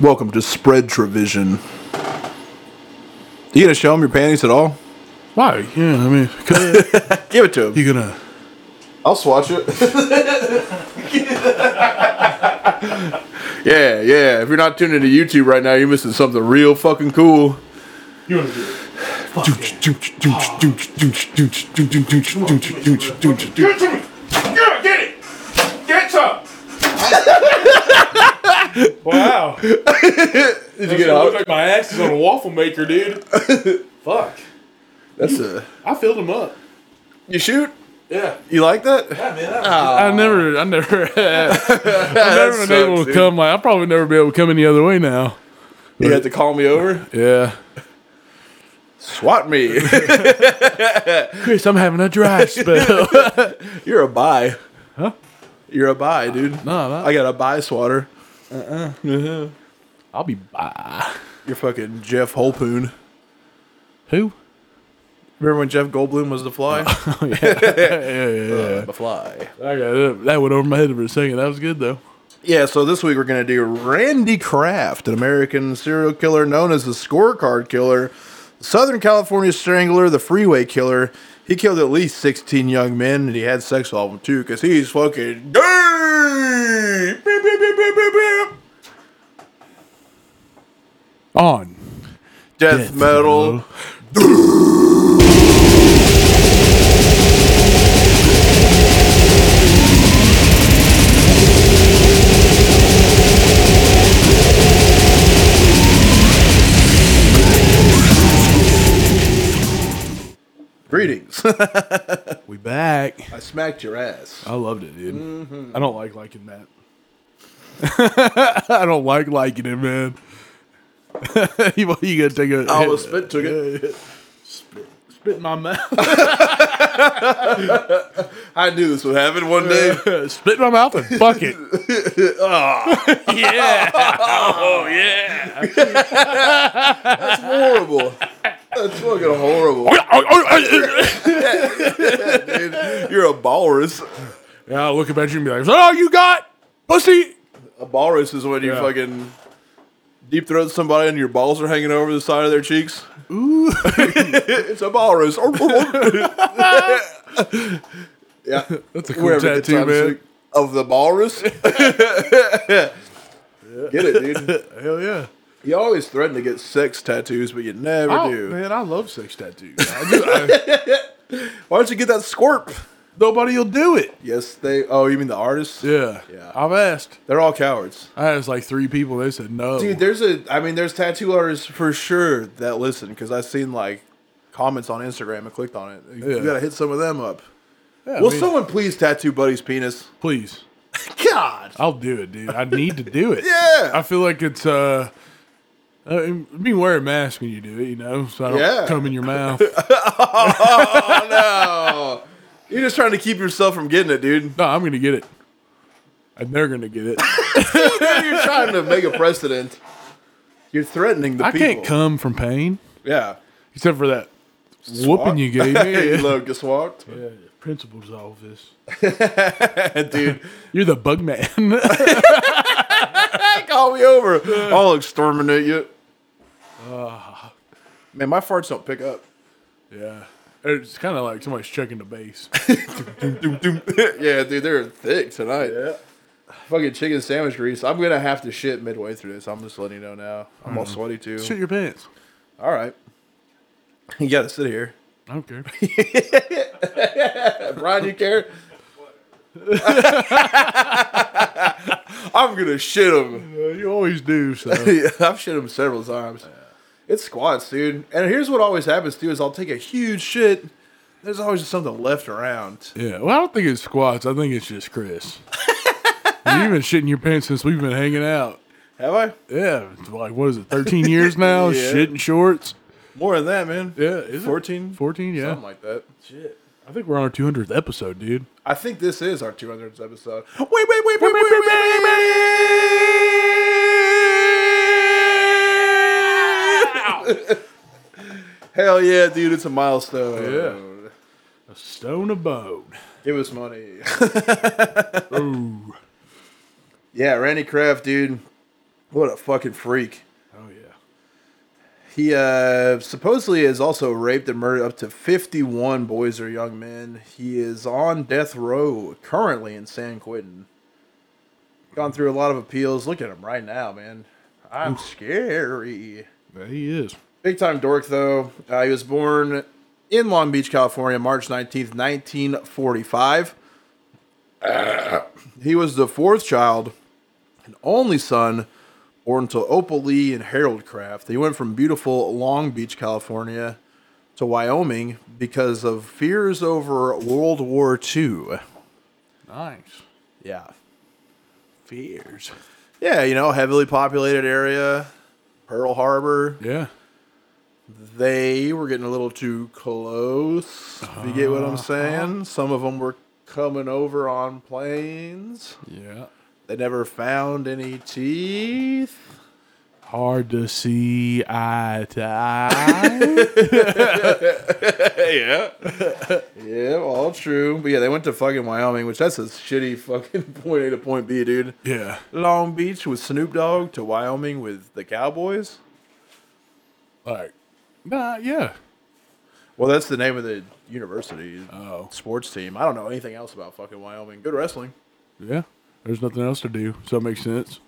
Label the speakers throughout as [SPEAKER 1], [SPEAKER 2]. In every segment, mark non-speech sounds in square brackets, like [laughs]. [SPEAKER 1] Welcome to Spread Trevision. You gonna show him your panties at all?
[SPEAKER 2] Why? Yeah,
[SPEAKER 3] [laughs]
[SPEAKER 2] I mean, cut it.
[SPEAKER 1] Give it to him.
[SPEAKER 2] you gonna.
[SPEAKER 1] I'll swatch it. [laughs] yeah, yeah. If you're not tuned into YouTube right now, you're missing something real fucking cool.
[SPEAKER 2] You wanna do it? Give it to me! Yeah, get it! Get some! [laughs] wow. Did
[SPEAKER 1] Did you
[SPEAKER 2] you
[SPEAKER 1] get out?
[SPEAKER 2] look like my ass is on a waffle maker,
[SPEAKER 3] [laughs]
[SPEAKER 2] dude. Fuck.
[SPEAKER 1] That's a.
[SPEAKER 2] I filled him up.
[SPEAKER 1] You shoot?
[SPEAKER 2] Yeah.
[SPEAKER 1] You like that?
[SPEAKER 2] Yeah, man. That was
[SPEAKER 3] I never, I never, [laughs] I've never
[SPEAKER 1] [laughs] That
[SPEAKER 3] been able
[SPEAKER 1] sucks,
[SPEAKER 3] to
[SPEAKER 1] dude.
[SPEAKER 3] come. Like, I'll probably never be able to come any other way now.
[SPEAKER 1] You had to call me over.
[SPEAKER 3] Yeah,
[SPEAKER 1] Swat me.
[SPEAKER 3] Chris, I'm having a
[SPEAKER 2] [laughs]
[SPEAKER 3] dry spell.
[SPEAKER 1] You're a buy. Huh? You're a buy, dude.
[SPEAKER 3] no, no.
[SPEAKER 1] I got a buy swatter.
[SPEAKER 3] I'll be by.
[SPEAKER 1] You're fucking Jeff Holpoon.
[SPEAKER 3] Who?
[SPEAKER 1] Remember when Jeff Goldblum was the fly? [laughs]
[SPEAKER 3] Yeah, yeah, yeah.
[SPEAKER 1] the fly.
[SPEAKER 3] I got it. That went over my head for a second. That was good though.
[SPEAKER 1] Yeah, so this week we're going to do Randy Kraft, an American serial killer known as the Scorecard Killer, Southern California Strangler, the Freeway Killer. He killed at least 16 young men and he had sex with all of them too because he's fucking gay. Beep, beep, beep, beep, beep, beep.
[SPEAKER 3] On.
[SPEAKER 1] Death, metal. Greetings. [laughs]
[SPEAKER 3] We back.
[SPEAKER 1] I smacked your ass.
[SPEAKER 3] I loved it, dude.
[SPEAKER 1] Mm-hmm.
[SPEAKER 3] I don't like liking that. [laughs] I don't like liking it, man. [laughs] you, you gotta take a.
[SPEAKER 1] I almost spit took it.
[SPEAKER 3] spit in my mouth.
[SPEAKER 1] I knew this would happen one day.
[SPEAKER 3] [laughs] Spit in my mouth and fuck it.
[SPEAKER 1] Ah.
[SPEAKER 3] [laughs] yeah. Oh, yeah.
[SPEAKER 1] [laughs] horrible. That's fucking horrible. [laughs] Dude, you're a walrus.
[SPEAKER 3] [laughs] yeah, I'll look at you and be like, oh, you got pussy.
[SPEAKER 1] A walrus is when you
[SPEAKER 3] Yeah.
[SPEAKER 1] fucking deep throat somebody and your balls are hanging over the side of their cheeks. Ooh. [laughs] it's a
[SPEAKER 3] [laughs]
[SPEAKER 1] walrus. yeah.
[SPEAKER 3] That's a
[SPEAKER 1] We're
[SPEAKER 3] cool
[SPEAKER 1] having a good
[SPEAKER 3] tattoo,
[SPEAKER 1] time this
[SPEAKER 3] man.
[SPEAKER 1] week. Of the
[SPEAKER 3] [laughs]
[SPEAKER 1] walrus? Get it, dude.
[SPEAKER 3] Hell yeah.
[SPEAKER 1] You always threaten to get sex tattoos, but you never
[SPEAKER 3] I
[SPEAKER 1] do.
[SPEAKER 3] Oh, man, I love sex
[SPEAKER 1] [laughs]
[SPEAKER 3] tattoos. I do, I,
[SPEAKER 1] Why don't you get that scorp?
[SPEAKER 3] nobody will do it.
[SPEAKER 1] Yes, they. Oh, you mean the artists?
[SPEAKER 3] Yeah.
[SPEAKER 1] Yeah.
[SPEAKER 3] I've asked.
[SPEAKER 1] They're all cowards.
[SPEAKER 3] I asked like three people. They said no.
[SPEAKER 1] Dude, there's a. I mean, there's tattoo artists for sure that listen because I've seen like comments on Instagram and clicked on it. You
[SPEAKER 3] Yeah.
[SPEAKER 1] gotta hit some of them up.
[SPEAKER 3] Yeah, I
[SPEAKER 1] Will
[SPEAKER 3] mean,
[SPEAKER 1] someone please tattoo Buddy's penis?
[SPEAKER 3] please.
[SPEAKER 1] God.
[SPEAKER 3] I'll do it, dude. I need to do [laughs] it.
[SPEAKER 1] Yeah.
[SPEAKER 3] I feel like it's uh I mean wear a mask when you do it, you know, so I don't
[SPEAKER 1] Yeah.
[SPEAKER 3] come in [laughs] your mouth.
[SPEAKER 1] Oh no. You're just trying to keep yourself from getting it, dude. [laughs]
[SPEAKER 3] no, I'm gonna get it. And they're gonna get [laughs] it.
[SPEAKER 1] You're trying to make a precedent. You're threatening the
[SPEAKER 3] I
[SPEAKER 1] people.
[SPEAKER 3] can't come from pain.
[SPEAKER 1] Yeah.
[SPEAKER 3] Except for that whooping you [laughs] gave
[SPEAKER 1] [laughs] you
[SPEAKER 3] me.
[SPEAKER 1] love gets walked. [laughs]
[SPEAKER 3] yeah, principal's office.
[SPEAKER 1] Dude,
[SPEAKER 3] You're the bug [laughs] man.
[SPEAKER 1] call me over. I'll exterminate you.
[SPEAKER 3] Ah.
[SPEAKER 1] Man, my farts don't pick up.
[SPEAKER 3] yeah. It's kinda like somebody's checking the base.
[SPEAKER 1] [laughs] yeah, dude, they're thick tonight. Fucking chicken sandwich grease. I'm gonna have to shit midway through this. I'm just letting you know now. I'm all sweaty too.
[SPEAKER 3] Shit your pants.
[SPEAKER 1] All right. [laughs] You gotta sit here.
[SPEAKER 3] I don't [laughs] care.
[SPEAKER 1] Uh, Brian, you [laughs] care? I'm gonna shit [laughs] him.
[SPEAKER 3] you always do, so
[SPEAKER 1] [laughs] I've shit him several times. It's squats, dude. And here's what always happens too: is I'll take a huge shit. There's always just something left around.
[SPEAKER 3] Yeah, well, I don't think it's squats. I think it's just Chris. You've [laughs] been shitting your pants since we've been hanging out.
[SPEAKER 1] Have I?
[SPEAKER 3] Yeah, it's like what is it, thirteen years [laughs] now?
[SPEAKER 1] Yeah.
[SPEAKER 3] Shitting shorts.
[SPEAKER 1] More than that, man.
[SPEAKER 3] Yeah, is it
[SPEAKER 1] 14?
[SPEAKER 3] Fourteen, yeah.
[SPEAKER 1] Something like that.
[SPEAKER 3] I think we're on our two hundredth episode, dude.
[SPEAKER 1] I think this is our 200th episode. Wait, wait, wait, wait, wait, wait, wait, wait,
[SPEAKER 3] [laughs]
[SPEAKER 1] wait. Hell yeah, dude! It's a milestone.
[SPEAKER 3] A stone abode.
[SPEAKER 1] Give us money.
[SPEAKER 3] Ooh,
[SPEAKER 1] Yeah, Randy Kraft, dude. What a fucking freak.
[SPEAKER 3] Oh yeah.
[SPEAKER 1] He uh, supposedly has also raped and murdered up to 51 boys or young men. He is on death row currently in San Quentin. Gone through a lot of appeals. Look at him right now, man. I'm scary.
[SPEAKER 3] There he is.
[SPEAKER 1] Big time dork, though. Uh, he was born in Long Beach, California, March 19th, 1945. [clears throat] he was the fourth child and only son born to Opal Lee and Harold Kraft. He went from beautiful Long Beach, California to Wyoming because of fears over World War II.
[SPEAKER 3] Nice.
[SPEAKER 1] Yeah.
[SPEAKER 3] Fears.
[SPEAKER 1] Yeah, you know, heavily populated area, Pearl Harbor.
[SPEAKER 3] Yeah.
[SPEAKER 1] They were getting a little too close. If you get what I'm saying? Some of them were coming over on planes.
[SPEAKER 3] Yeah.
[SPEAKER 1] They never found any teeth.
[SPEAKER 3] Hard to see eye to [laughs] eye. yeah.
[SPEAKER 1] Yeah, all true. But yeah, they went to fucking Wyoming, which that's a shitty fucking [laughs] point A to point B, dude.
[SPEAKER 3] Yeah.
[SPEAKER 1] Long Beach with Snoop Dogg to Wyoming with the Cowboys.
[SPEAKER 3] Like, nah, yeah.
[SPEAKER 1] Well, that's the name of the university
[SPEAKER 3] Oh.
[SPEAKER 1] sports team. I don't know anything else about fucking Wyoming. Good wrestling.
[SPEAKER 3] Yeah. There's nothing else to do, so it makes sense.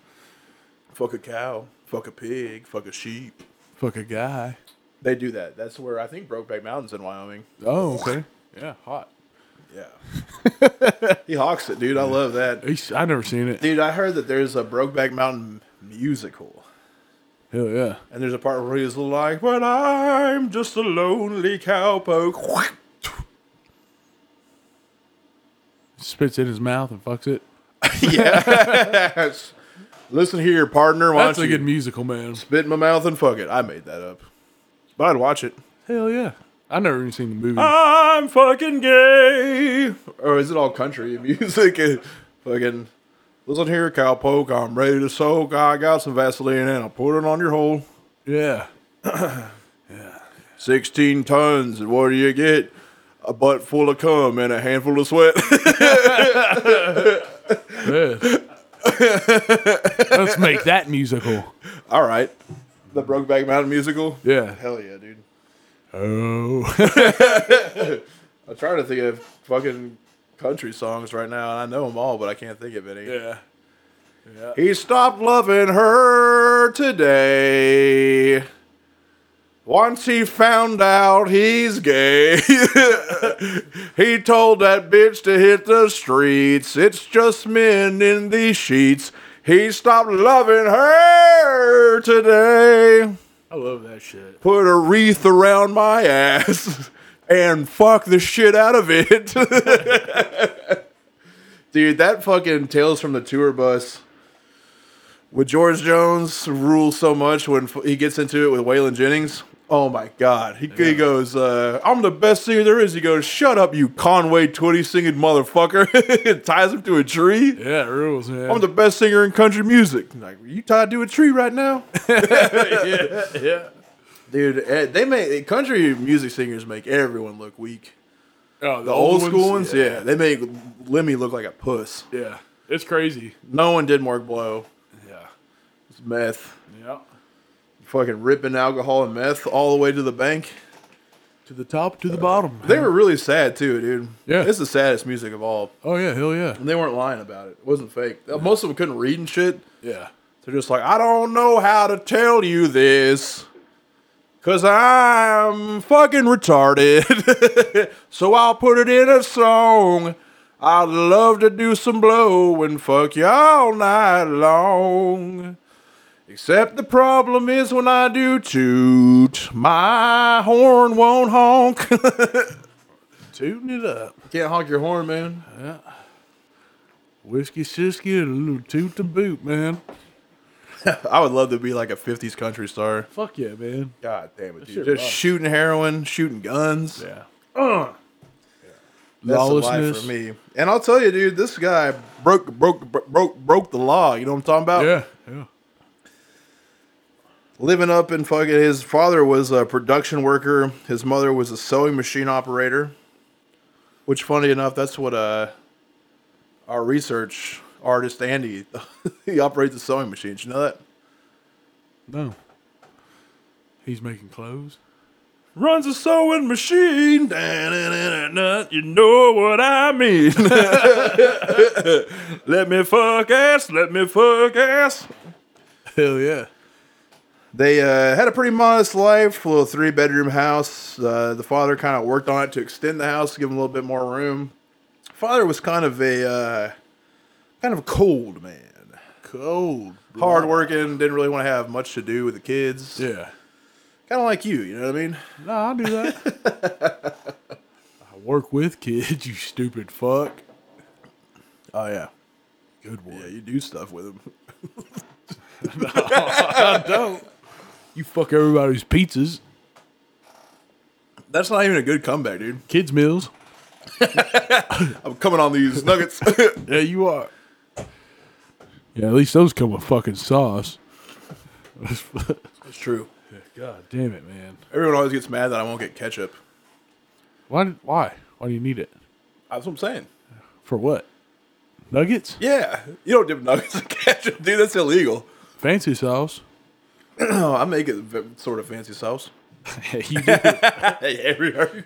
[SPEAKER 1] Fuck a cow. Fuck a pig. Fuck a sheep.
[SPEAKER 3] Fuck a guy.
[SPEAKER 1] They do that. That's where I think Brokeback Mountain's in Wyoming.
[SPEAKER 3] Oh, okay. Yeah, hot.
[SPEAKER 1] Yeah. [laughs] he hawks it, dude. I love that.
[SPEAKER 3] He's, I never seen it.
[SPEAKER 1] Dude, I heard that there's a Brokeback Mountain musical.
[SPEAKER 3] Hell yeah.
[SPEAKER 1] And there's a part where he's like, "But I'm just a lonely cowpoke." [laughs]
[SPEAKER 3] Spits in his mouth and fucks it.
[SPEAKER 1] yes. Listen here, partner. Why
[SPEAKER 3] That's
[SPEAKER 1] don't
[SPEAKER 3] a
[SPEAKER 1] you
[SPEAKER 3] good musical, man.
[SPEAKER 1] spit in my mouth and fuck it? I made that up, but I'd watch it.
[SPEAKER 3] Hell yeah. I never even seen the movie.
[SPEAKER 1] Ah. I'm fucking gay. Or is it all country [laughs] music? And fucking listen here, cowpoke. I'm ready to soak. I got some Vaseline and I'll put it on your hole.
[SPEAKER 3] yeah.
[SPEAKER 1] Sixteen tons. And what do you get? A butt full of cum and a handful of sweat. [laughs]
[SPEAKER 3] Yeah. Let's make that musical.
[SPEAKER 1] all right. The Brokeback Mountain musical.
[SPEAKER 3] Yeah.
[SPEAKER 1] Hell yeah, dude.
[SPEAKER 3] Oh. [laughs]
[SPEAKER 1] I'm trying to think of fucking country songs right now, and I know them all, but I can't think of any.
[SPEAKER 3] yeah.
[SPEAKER 1] He stopped loving her today. Once he found out he's gay, [laughs] he told that bitch to hit the streets. It's just men in these sheets. He stopped loving her today.
[SPEAKER 3] I love that shit.
[SPEAKER 1] Put a wreath around my ass [laughs] and fuck the shit out of it. [laughs] Dude, that fucking Tales from the Tour Bus with George Jones rules so much when f- he gets into it with Waylon Jennings. Oh my God. He, he goes, uh, I'm the best singer there is. He goes, Shut up, you Conway 20 singing motherfucker. [laughs] and ties him to a tree.
[SPEAKER 3] Yeah, it rules, man.
[SPEAKER 1] I'm the best singer in country music. Like, you tied to a tree right now?
[SPEAKER 3] [laughs]
[SPEAKER 1] [laughs]
[SPEAKER 3] yeah.
[SPEAKER 1] Dude, eh, they make country music singers make everyone look weak.
[SPEAKER 3] Oh, the,
[SPEAKER 1] The old, school ones, yeah. they make Lemmy look like a puss.
[SPEAKER 3] yeah. Yeah. It's crazy.
[SPEAKER 1] No one did Mark Blow.
[SPEAKER 3] Yeah.
[SPEAKER 1] It's meth,
[SPEAKER 3] Yeah.
[SPEAKER 1] fucking ripping alcohol and meth all the way to the bank.
[SPEAKER 3] To the top, to the bottom.
[SPEAKER 1] They were really sad too, dude.
[SPEAKER 3] Yeah.
[SPEAKER 1] it's the saddest music of all,
[SPEAKER 3] Oh yeah, hell yeah.
[SPEAKER 1] and they weren't lying about it. It wasn't fake. Most of them couldn't read and shit.
[SPEAKER 3] Yeah.
[SPEAKER 1] They're just like, I don't know how to tell you this. Cause I'm fucking retarded. [laughs] so I'll put it in a song. I'd love to do some blow and fuck you all night long. Except the problem is when I do toot, my horn won't honk. [laughs]
[SPEAKER 3] Tooting it up.
[SPEAKER 1] Can't honk your horn, man.
[SPEAKER 3] Whiskey sisky and a little toot to boot, man.
[SPEAKER 1] I would love to be like a 50s country star.
[SPEAKER 3] Fuck yeah, man.
[SPEAKER 1] God damn it, dude.
[SPEAKER 3] shit
[SPEAKER 1] Just
[SPEAKER 3] rocks.
[SPEAKER 1] shooting heroin, shooting guns.
[SPEAKER 3] Yeah.
[SPEAKER 1] That's the life
[SPEAKER 3] Lawlessness.
[SPEAKER 1] for me. And I'll tell you, dude, this guy broke broke broke broke the law. You know what I'm talking about?
[SPEAKER 3] Yeah. Yeah.
[SPEAKER 1] Living up in fucking. His father was a production worker. His mother was a sewing machine operator. Which, funny enough, that's what uh, our research artist, and he, [laughs] he operates a sewing machine. Did you know that?
[SPEAKER 3] No. He's making clothes.
[SPEAKER 1] Runs a sewing machine. Da-na-na-na-na. You know what I mean. [laughs] let me fuck ass. Let me fuck ass.
[SPEAKER 3] Hell yeah.
[SPEAKER 1] They uh, had a pretty modest life, little three bedroom house. Uh, the father kind of worked on it to extend the house, give him a little bit more room. Father was kind of a uh, kind of a cold man,
[SPEAKER 3] Cold.
[SPEAKER 1] hard working, didn't really want to have much to do with the kids.
[SPEAKER 3] Yeah.
[SPEAKER 1] Kind of like you, you know what I mean?
[SPEAKER 3] No, I'll do that. [laughs] I work with kids, [laughs] you stupid fuck.
[SPEAKER 1] Oh yeah,
[SPEAKER 3] Good one.
[SPEAKER 1] yeah, you do stuff with them.
[SPEAKER 3] You fuck everybody's pizzas,
[SPEAKER 1] That's not even a good comeback, dude.
[SPEAKER 3] kids' meals.
[SPEAKER 1] I'm coming on [laughs] these nuggets.
[SPEAKER 3] Yeah, you are. Yeah, at least those come with fucking sauce. [laughs]
[SPEAKER 1] That's true.
[SPEAKER 3] God damn it, man.
[SPEAKER 1] Everyone always gets mad that I won't get ketchup.
[SPEAKER 3] Why? Why? Why do you need it?
[SPEAKER 1] That's what I'm saying.
[SPEAKER 3] For what? Nuggets?
[SPEAKER 1] Yeah, you don't dip nuggets in ketchup, dude. That's illegal.
[SPEAKER 3] Fancy [laughs] sauce?
[SPEAKER 1] No, [clears throat] I make it v- sort of fancy sauce. [laughs]
[SPEAKER 3] you do.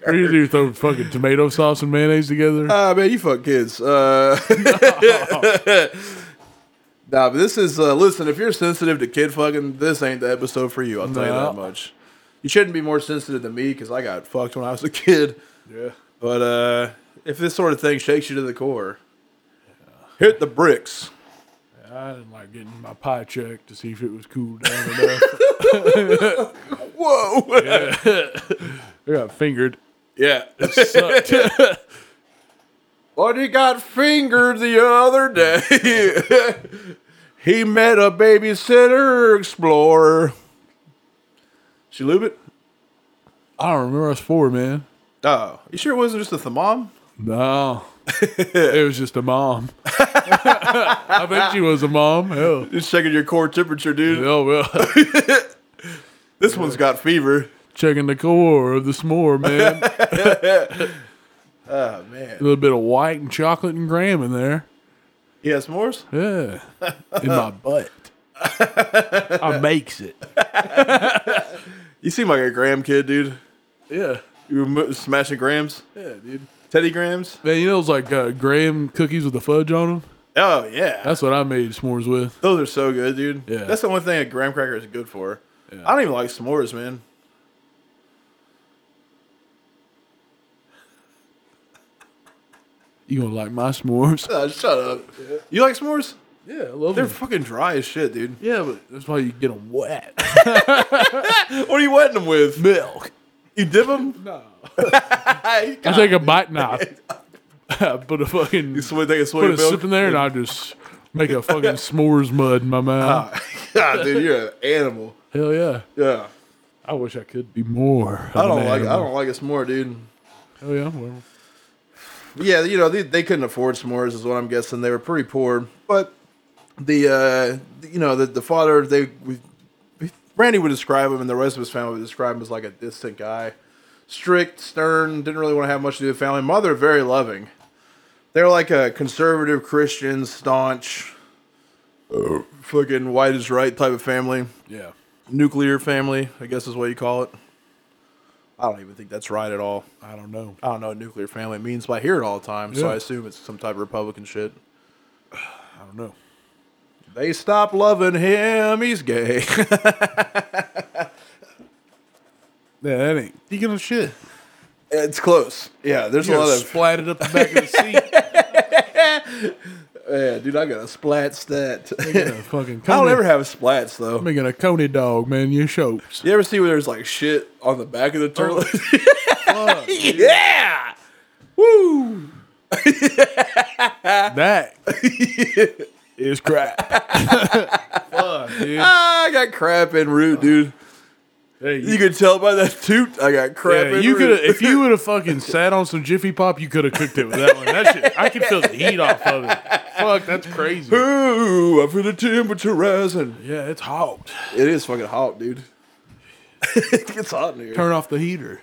[SPEAKER 3] Or [laughs] you do throw fucking tomato sauce and mayonnaise together? [laughs]
[SPEAKER 1] Ah, man, you fuck kids. Uh, [laughs] nah, but this is uh, listen. If you're sensitive to kid fucking, this ain't the episode for you. I'll tell you
[SPEAKER 3] No.
[SPEAKER 1] that much. You shouldn't be more sensitive than me because I got fucked when I was a kid.
[SPEAKER 3] yeah.
[SPEAKER 1] But uh, if this sort of thing shakes you to the core, hit the bricks.
[SPEAKER 3] I didn't like getting my pie checked to see if it was [laughs] cooled down enough.
[SPEAKER 1] Whoa.
[SPEAKER 3] I got fingered.
[SPEAKER 1] [laughs] Yeah.
[SPEAKER 3] Sucked.
[SPEAKER 1] Buddy got fingered the other day. [laughs] he met a babysitter explorer. She lube it?
[SPEAKER 3] I don't remember. I was four, man.
[SPEAKER 1] Oh, you sure it wasn't just a thermom?
[SPEAKER 3] No. it was just a mom. [laughs] I bet she was a mom. Hell.
[SPEAKER 1] Just checking your core temperature, dude.
[SPEAKER 3] Hell, well.
[SPEAKER 1] This one's got fever.
[SPEAKER 3] Checking the core of the s'more, man. A Ah,
[SPEAKER 1] Oh, man.
[SPEAKER 3] little bit of white and chocolate and graham in there.
[SPEAKER 1] He has s'mores?
[SPEAKER 3] Yeah. In my [laughs] butt. I makes it.
[SPEAKER 1] You seem like a Graham kid, dude.
[SPEAKER 3] Yeah.
[SPEAKER 1] You were mo- smashing Grahams?
[SPEAKER 3] Yeah, dude.
[SPEAKER 1] Teddy Grahams?
[SPEAKER 3] Man, you know those like uh, graham cookies with the fudge on them?
[SPEAKER 1] Oh, yeah.
[SPEAKER 3] That's what I made s'mores with.
[SPEAKER 1] Those are so good, dude.
[SPEAKER 3] Yeah.
[SPEAKER 1] That's the only thing a graham cracker is good for. I don't even like s'mores, man.
[SPEAKER 3] You gonna like my s'mores?
[SPEAKER 1] Uh, shut up. You like s'mores?
[SPEAKER 3] [laughs] Yeah, I love
[SPEAKER 1] They're fucking dry as shit, dude.
[SPEAKER 3] Yeah, but that's why you get them wet.
[SPEAKER 1] What are you wetting them with?
[SPEAKER 3] Milk.
[SPEAKER 1] You dip them? [laughs] No. I
[SPEAKER 3] I take a bite and [laughs] I I put a fucking
[SPEAKER 1] sw- take a
[SPEAKER 3] put
[SPEAKER 1] swig
[SPEAKER 3] a
[SPEAKER 1] of
[SPEAKER 3] sip in
[SPEAKER 1] milk.
[SPEAKER 3] there and I just make a fucking [laughs] s'mores mud in my mouth.
[SPEAKER 1] [laughs] God, dude, you're an animal.
[SPEAKER 3] Hell yeah.
[SPEAKER 1] Yeah.
[SPEAKER 3] I wish I could be more.
[SPEAKER 1] I don't like. I don't like a s'more, dude.
[SPEAKER 3] Hell yeah. Well,
[SPEAKER 1] Yeah, you know they, they couldn't afford s'mores, is what I'm guessing. They were pretty poor, but the uh, you know the, the father they we, Randy would describe him, and the rest of his family would describe him as like a distant guy, strict, stern, didn't really want to have much to do with family. Mother very loving. They're like a conservative Christian, staunch, uh, fucking white is right type of family,
[SPEAKER 3] yeah.
[SPEAKER 1] nuclear family, I guess is what you call it. I don't even think that's right at all.
[SPEAKER 3] I don't know.
[SPEAKER 1] I don't know what nuclear family means, but I hear it all the time, so
[SPEAKER 3] Yeah.
[SPEAKER 1] I assume it's some type of Republican shit.
[SPEAKER 3] I don't know.
[SPEAKER 1] They stop loving him, he's gay. [laughs]
[SPEAKER 3] Yeah, that ain't. You gonna shit?
[SPEAKER 1] it's close. Yeah, there's a lot of
[SPEAKER 3] splat it up the back [laughs] of the seat.
[SPEAKER 1] yeah, dude, I got a splat stat. [laughs]
[SPEAKER 3] Making a fucking.
[SPEAKER 1] I don't
[SPEAKER 3] Coney-
[SPEAKER 1] ever have splats though.
[SPEAKER 3] Making a coney dog, man. You shows.
[SPEAKER 1] You ever see where there's like shit on the back of the toilet?
[SPEAKER 3] Oh,
[SPEAKER 1] [laughs]
[SPEAKER 3] Yeah. Woo. [laughs] that is crap. [laughs] Fuck, dude.
[SPEAKER 1] Ah, I got crap and root,
[SPEAKER 3] Oh.
[SPEAKER 1] dude.
[SPEAKER 3] Hey,
[SPEAKER 1] You could tell by that toot. I got crap.
[SPEAKER 3] Yeah,
[SPEAKER 1] and
[SPEAKER 3] you could
[SPEAKER 1] root.
[SPEAKER 3] have if you would have fucking sat on some Jiffy Pop, you could have cooked it with that one. That shit, I can feel the heat off of it. Fuck, that's crazy.
[SPEAKER 1] [laughs] Ooh, I feel the temperature rising.
[SPEAKER 3] Yeah, it's hot.
[SPEAKER 1] It is fucking hot, dude. [laughs] it gets hot in here.
[SPEAKER 3] Turn off the heater.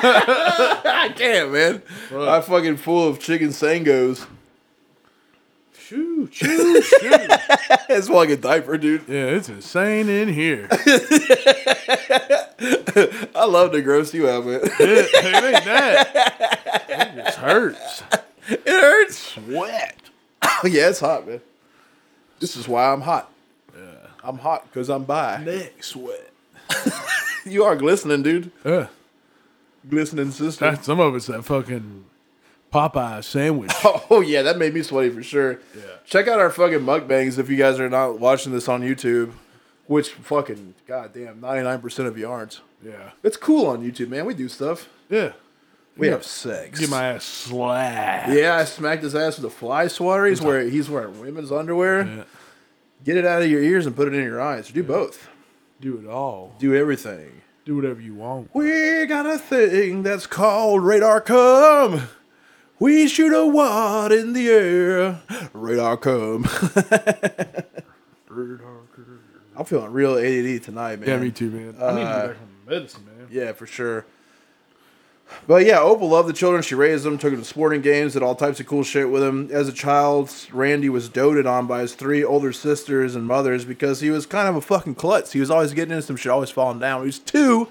[SPEAKER 1] God damn, man. I'm fucking full of chicken sangos.
[SPEAKER 3] Shoo, shoo, shoo. yeah,
[SPEAKER 1] That's why I get diaper, dude.
[SPEAKER 3] it's insane in here.
[SPEAKER 1] I love the gross you outfit.
[SPEAKER 3] It, it ain't that. It just hurts.
[SPEAKER 1] [laughs] it hurts. [laughs] Sweat. yeah, it's hot, man. This is why I'm hot. I'm hot because I'm bi. [laughs]
[SPEAKER 3] Neck sweat.
[SPEAKER 1] You are glistening, dude.
[SPEAKER 3] Uh,
[SPEAKER 1] Glistening sister.
[SPEAKER 3] that, some of it's that fucking Popeye sandwich.
[SPEAKER 1] [laughs] Oh yeah, that made me sweaty for sure.
[SPEAKER 3] Yeah.
[SPEAKER 1] Check out our fucking mukbangs if you guys are not watching this on YouTube, which fucking goddamn ninety nine percent of you aren't.
[SPEAKER 3] Yeah.
[SPEAKER 1] It's cool on YouTube, man. We do stuff.
[SPEAKER 3] Yeah.
[SPEAKER 1] We have sex.
[SPEAKER 3] Get my ass slapped.
[SPEAKER 1] yeah, I smacked his ass with a fly swatter. He's where he's wearing women's underwear.
[SPEAKER 3] Yeah.
[SPEAKER 1] Get it out of your ears and put it in your eyes. Do both.
[SPEAKER 3] Do it all.
[SPEAKER 1] Do everything.
[SPEAKER 3] Do whatever you want.
[SPEAKER 1] We got a thing that's called radar cum. We shoot a wad in the air. Radar cum. [laughs] I'm feeling real ADD tonight, man.
[SPEAKER 3] Yeah, Uh, me too, man. I need to get back on medicine, man.
[SPEAKER 1] Yeah, for sure. But yeah, Opal loved the children. She raised them, took them to sporting games, did all types of cool shit with them. As a child, Randy was doted on by his three older sisters and mothers because he was kind of a fucking klutz. He was always getting into some shit, always falling down. When he was two,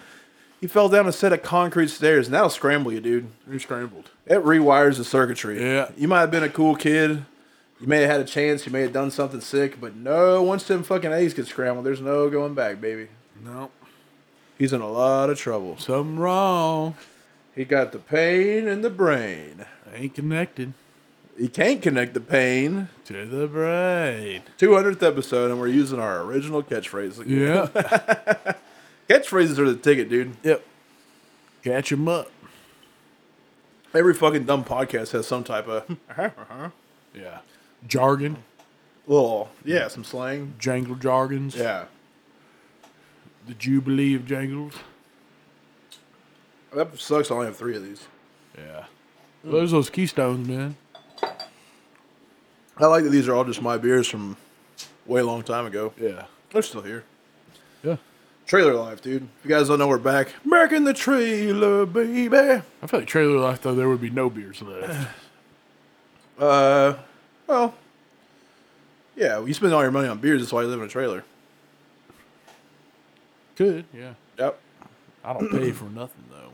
[SPEAKER 1] he fell down a set of concrete stairs, and that'll scramble you, dude.
[SPEAKER 3] You're scrambled.
[SPEAKER 1] It rewires the circuitry.
[SPEAKER 3] Yeah.
[SPEAKER 1] You might have been a cool kid. You may have had a chance. You may have done something sick, but no, once them fucking A's get scrambled, there's no going back, baby.
[SPEAKER 3] No.
[SPEAKER 1] He's in a lot of trouble.
[SPEAKER 3] Something wrong.
[SPEAKER 1] He got the pain in the brain.
[SPEAKER 3] Ain't connected
[SPEAKER 1] He can't connect the pain.
[SPEAKER 3] to the brain.
[SPEAKER 1] 200th episode, and we're using our original catchphrase. again.
[SPEAKER 3] Yeah. [laughs]
[SPEAKER 1] Catchphrases are the ticket, dude.
[SPEAKER 3] yep. Catch him up.
[SPEAKER 1] Every fucking dumb podcast has some type of [laughs]
[SPEAKER 3] Yeah. Jargon.
[SPEAKER 1] little, yeah, some slang.
[SPEAKER 3] Jangle jargons.
[SPEAKER 1] Yeah.
[SPEAKER 3] The Jubilee of Jangles.
[SPEAKER 1] That sucks. I only have three of these.
[SPEAKER 3] Yeah. Those those keystones, man.
[SPEAKER 1] I like that these are all just my beers from way long time ago.
[SPEAKER 3] Yeah.
[SPEAKER 1] They're still here.
[SPEAKER 3] Yeah.
[SPEAKER 1] Trailer life, dude. If you guys don't know, we're back. Back in the trailer, baby.
[SPEAKER 3] I feel like trailer life though there would be no beers left.
[SPEAKER 1] Uh, well, yeah, you spend all your money on beers. That's why you live in a trailer.
[SPEAKER 3] [sighs] Could, yeah.
[SPEAKER 1] Yep.
[SPEAKER 3] I don't pay for nothing though.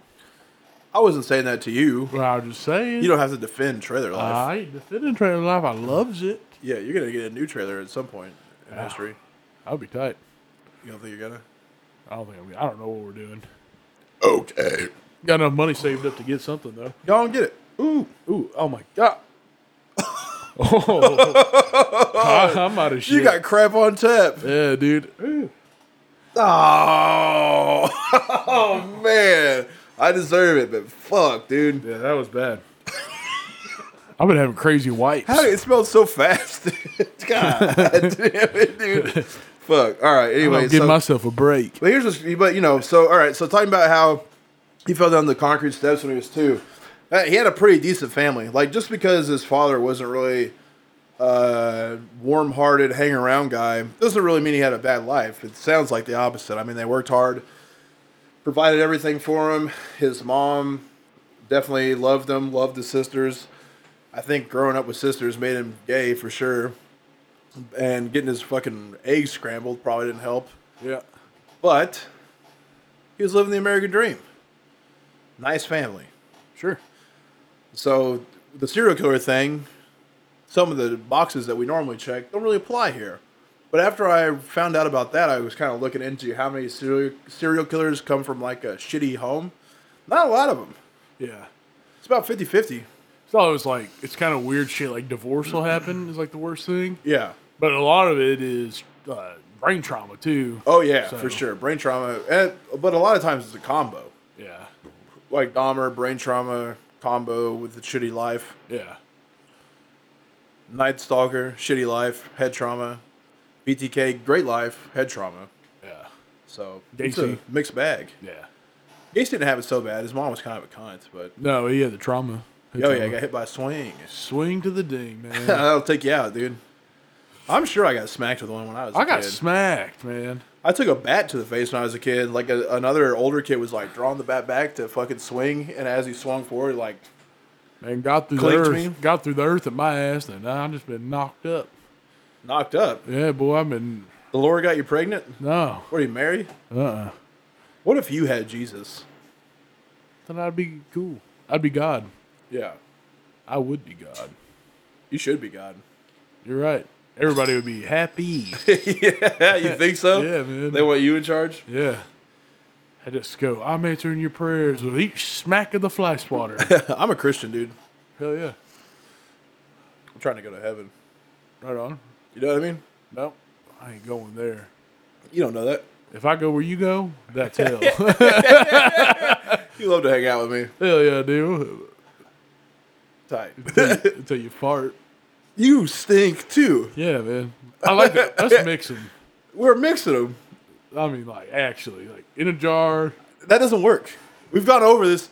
[SPEAKER 1] I wasn't saying that to you.
[SPEAKER 3] Well, I was just saying.
[SPEAKER 1] You don't have to defend trailer life.
[SPEAKER 3] I ain't defending trailer life. I loves it.
[SPEAKER 1] yeah, you're gonna get a new trailer at some point in history.
[SPEAKER 3] I'll be tight.
[SPEAKER 1] You don't think you're gonna?
[SPEAKER 3] I don't think I'll be, Oh, I don't know what we're doing.
[SPEAKER 1] Okay.
[SPEAKER 3] Got enough money saved up to get something though.
[SPEAKER 1] Y'all don't get it.
[SPEAKER 3] Ooh, ooh, oh my god. [laughs] oh, [laughs] I, am out of shit.
[SPEAKER 1] You got crap on tap.
[SPEAKER 3] yeah, dude. Ooh.
[SPEAKER 1] Oh, [laughs] oh man, I deserve it, but fuck, dude.
[SPEAKER 3] Yeah, that was bad. I've been having crazy wipes.
[SPEAKER 1] How did it smell so fast? [laughs]
[SPEAKER 3] [laughs]
[SPEAKER 1] God damn it, dude. Fuck. All right.
[SPEAKER 3] I'm
[SPEAKER 1] Anyway,
[SPEAKER 3] giving
[SPEAKER 1] so-
[SPEAKER 3] myself a break.
[SPEAKER 1] But here's what's, but you know, so all right, so talking about how he fell down the concrete steps when he was two. Uh, he had a pretty decent family. Like just because his father wasn't really uh, warm-hearted, hang around guy doesn't really mean he had a bad life. It sounds like the opposite. I mean, they worked hard, provided everything for him. His mom definitely loved him, loved his sisters. I think growing up with sisters made him gay for sure, and getting his fucking eggs scrambled probably didn't help
[SPEAKER 3] Yeah.
[SPEAKER 1] but he was living the American dream. Nice family.
[SPEAKER 3] Sure.
[SPEAKER 1] So the serial killer thing, some of the boxes that we normally check don't really apply here. But after I found out about that, I was kind of looking into how many serial serial killers come from like a shitty home. Not a lot of them.
[SPEAKER 3] Yeah.
[SPEAKER 1] It's about 50-50.
[SPEAKER 3] It's always like it's kind of weird shit. Like divorce will happen is like the worst thing,
[SPEAKER 1] Yeah.
[SPEAKER 3] but a lot of it is uh, brain trauma too.
[SPEAKER 1] Oh yeah,
[SPEAKER 3] So-
[SPEAKER 1] for sure. Brain trauma, and, but a lot of times it's a combo,
[SPEAKER 3] Yeah.
[SPEAKER 1] like Dahmer, brain trauma combo with the shitty life.
[SPEAKER 3] Yeah.
[SPEAKER 1] Night Stalker, shitty life, head trauma. BTK, great life, head trauma.
[SPEAKER 3] Yeah.
[SPEAKER 1] So
[SPEAKER 3] Gacy.
[SPEAKER 1] it's a mixed bag.
[SPEAKER 3] Yeah.
[SPEAKER 1] Gacy didn't have it so bad. His mom was kind of a cunt, but
[SPEAKER 3] No, he had the trauma. Had
[SPEAKER 1] oh yeah, I
[SPEAKER 3] trauma.
[SPEAKER 1] got hit by a swing. [laughs]
[SPEAKER 3] Swing to the ding, man.
[SPEAKER 1] That'll take you out, dude. I'm sure I got smacked with one when I was. a
[SPEAKER 3] [laughs] I got
[SPEAKER 1] kid.
[SPEAKER 3] smacked, man.
[SPEAKER 1] I took a bat to the face when I was a kid. Like a, another older kid was like drawing the bat back to fucking swing, and as he swung forward, like
[SPEAKER 3] and got through
[SPEAKER 1] Clicked
[SPEAKER 3] the earth,
[SPEAKER 1] me?
[SPEAKER 3] got through the earth at my ass, and I've just been knocked up.
[SPEAKER 1] Knocked up.
[SPEAKER 3] Yeah, boy, I've been
[SPEAKER 1] The Lord got you pregnant.
[SPEAKER 3] no. uh-uh.
[SPEAKER 1] What are you married? Uh. uh What if you had Jesus?
[SPEAKER 3] Then I'd be cool. I'd be God.
[SPEAKER 1] Yeah,
[SPEAKER 3] I would be God.
[SPEAKER 1] you should be God.
[SPEAKER 3] You're right. Everybody would be [laughs] happy.
[SPEAKER 1] [laughs] yeah, you think so?
[SPEAKER 3] Yeah, man.
[SPEAKER 1] They want you in charge.
[SPEAKER 3] yeah. I just go. I'm answering your prayers with each smack of the fly [laughs] swatter.
[SPEAKER 1] [laughs] I'm a Christian, dude.
[SPEAKER 3] Hell yeah.
[SPEAKER 1] I'm trying to go to heaven.
[SPEAKER 3] Right on.
[SPEAKER 1] You know what I mean?
[SPEAKER 3] Nope. I ain't going there.
[SPEAKER 1] You don't know that.
[SPEAKER 3] If I go where you go, that's [laughs]
[SPEAKER 1] You
[SPEAKER 3] hell.
[SPEAKER 1] love to hang out with me.
[SPEAKER 3] hell yeah, dude.
[SPEAKER 1] Tight.
[SPEAKER 3] Until you fart.
[SPEAKER 1] [laughs] you stink too.
[SPEAKER 3] Yeah, man. I like that. Let's mix 'em.
[SPEAKER 1] We're mixing them.
[SPEAKER 3] I mean, like, actually, like, in a jar.
[SPEAKER 1] That doesn't work. We've gone over this.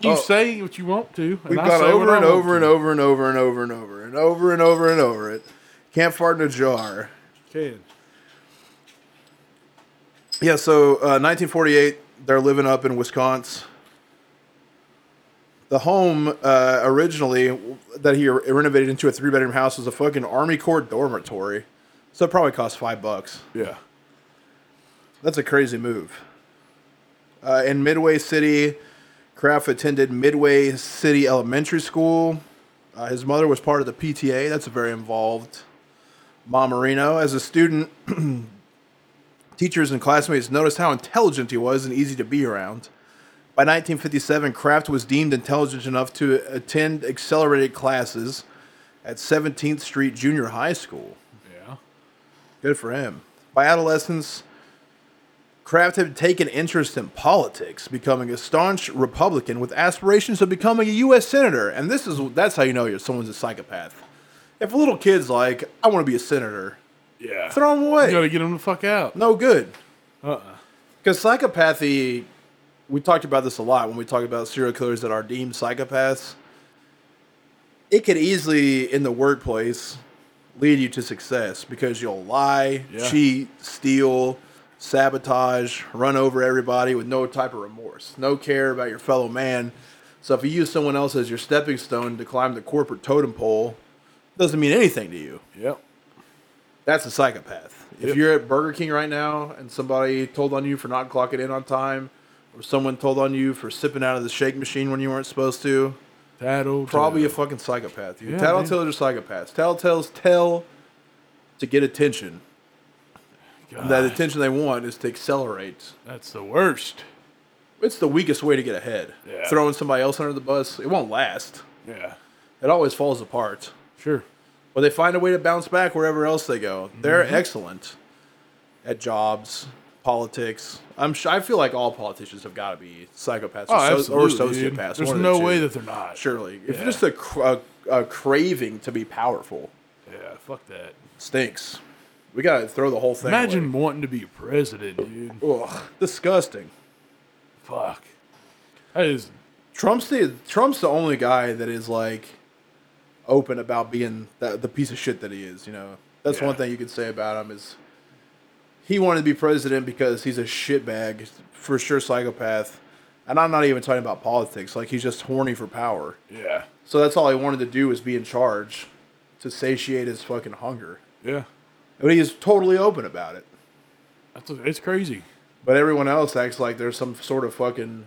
[SPEAKER 3] You
[SPEAKER 1] Oh.
[SPEAKER 3] say what you want to. And
[SPEAKER 1] We've
[SPEAKER 3] I
[SPEAKER 1] gone
[SPEAKER 3] say what
[SPEAKER 1] over
[SPEAKER 3] I
[SPEAKER 1] and
[SPEAKER 3] want
[SPEAKER 1] over
[SPEAKER 3] to.
[SPEAKER 1] and over and over and over and over and over and over and over it. Can't fart in a jar.
[SPEAKER 3] Can.
[SPEAKER 1] Yeah, so uh, 1948, they're living up in Wisconsin. The home uh, originally that he renovated into a three bedroom house was a fucking Army Corps dormitory. So it probably cost five bucks.
[SPEAKER 3] Yeah.
[SPEAKER 1] That's a crazy move. Uh, in Midway City, Kraft attended Midway City Elementary School. Uh, his mother was part of the PTA. That's a very involved. Mom Marino, as a student, [clears throat] teachers and classmates noticed how intelligent he was and easy to be around. By 1957, Kraft was deemed intelligent enough to attend accelerated classes at 17th Street Junior High School.
[SPEAKER 3] Yeah.
[SPEAKER 1] Good for him. By adolescence, Kraft had taken interest in politics, becoming a staunch Republican with aspirations of becoming a U.S. senator. And this is that's how you know you're someone's a psychopath. If a little kid's like, "I want to be a senator,"
[SPEAKER 3] Yeah.
[SPEAKER 1] throw him
[SPEAKER 3] You
[SPEAKER 1] away.
[SPEAKER 3] gotta get him the fuck out. Uh-uh.
[SPEAKER 1] no good. Because psychopathy, we talked about this a lot when we talk about serial killers that are deemed psychopaths. It could easily, in the workplace, lead you to success because you'll lie,
[SPEAKER 3] Yeah.
[SPEAKER 1] cheat, steal, sabotage, run over everybody with no type of remorse, no care about your fellow man. So if you use someone else as your stepping stone to climb the corporate totem pole, doesn't mean anything to you.
[SPEAKER 3] Yep.
[SPEAKER 1] That's a psychopath. If
[SPEAKER 3] Yep.
[SPEAKER 1] you're at Burger King right now and somebody told on you for not clocking in on time, or someone told on you for sipping out of the shake machine when you weren't supposed to,
[SPEAKER 3] Tattle.
[SPEAKER 1] probably a fucking psychopath. dude.
[SPEAKER 3] Yeah,
[SPEAKER 1] Tattletales are psychopaths. Tattletales tell to get attention.
[SPEAKER 3] God,
[SPEAKER 1] That attention they want is to accelerate.
[SPEAKER 3] that's the worst.
[SPEAKER 1] It's the weakest way to get ahead.
[SPEAKER 3] Yeah.
[SPEAKER 1] Throwing somebody else under the bus, it won't last.
[SPEAKER 3] Yeah.
[SPEAKER 1] It always falls apart.
[SPEAKER 3] Sure.
[SPEAKER 1] But they find a way to bounce back wherever else they go. They're
[SPEAKER 3] Mm-hmm.
[SPEAKER 1] excellent at jobs, politics. I'm sure, I feel like all politicians have got to be psychopaths or, so, or
[SPEAKER 3] Oh, absolutely, dude.
[SPEAKER 1] sociopaths.
[SPEAKER 3] There's
[SPEAKER 1] one of
[SPEAKER 3] no
[SPEAKER 1] the two.
[SPEAKER 3] way that they're not.
[SPEAKER 1] surely if
[SPEAKER 3] Yeah.
[SPEAKER 1] just a, cr- a, a craving to be powerful
[SPEAKER 3] Yeah. Fuck that.
[SPEAKER 1] stinks. We got to throw the whole thing.
[SPEAKER 3] Imagine wanting to be president, dude.
[SPEAKER 1] away. Ugh, disgusting.
[SPEAKER 3] Fuck. That is.
[SPEAKER 1] Trump's the Trump's the only guy that is like open about being the, the piece of shit that he is. You know, that's
[SPEAKER 3] Yeah.
[SPEAKER 1] one thing you can say about him is he wanted to be president because he's a shitbag, for sure psychopath. And I'm not even talking about politics. Like he's just horny for power.
[SPEAKER 3] Yeah.
[SPEAKER 1] So that's all he wanted to do was be in charge to satiate his fucking hunger.
[SPEAKER 3] Yeah.
[SPEAKER 1] But he is totally open about it.
[SPEAKER 3] That's it's crazy.
[SPEAKER 1] But everyone else acts like there's some sort of fucking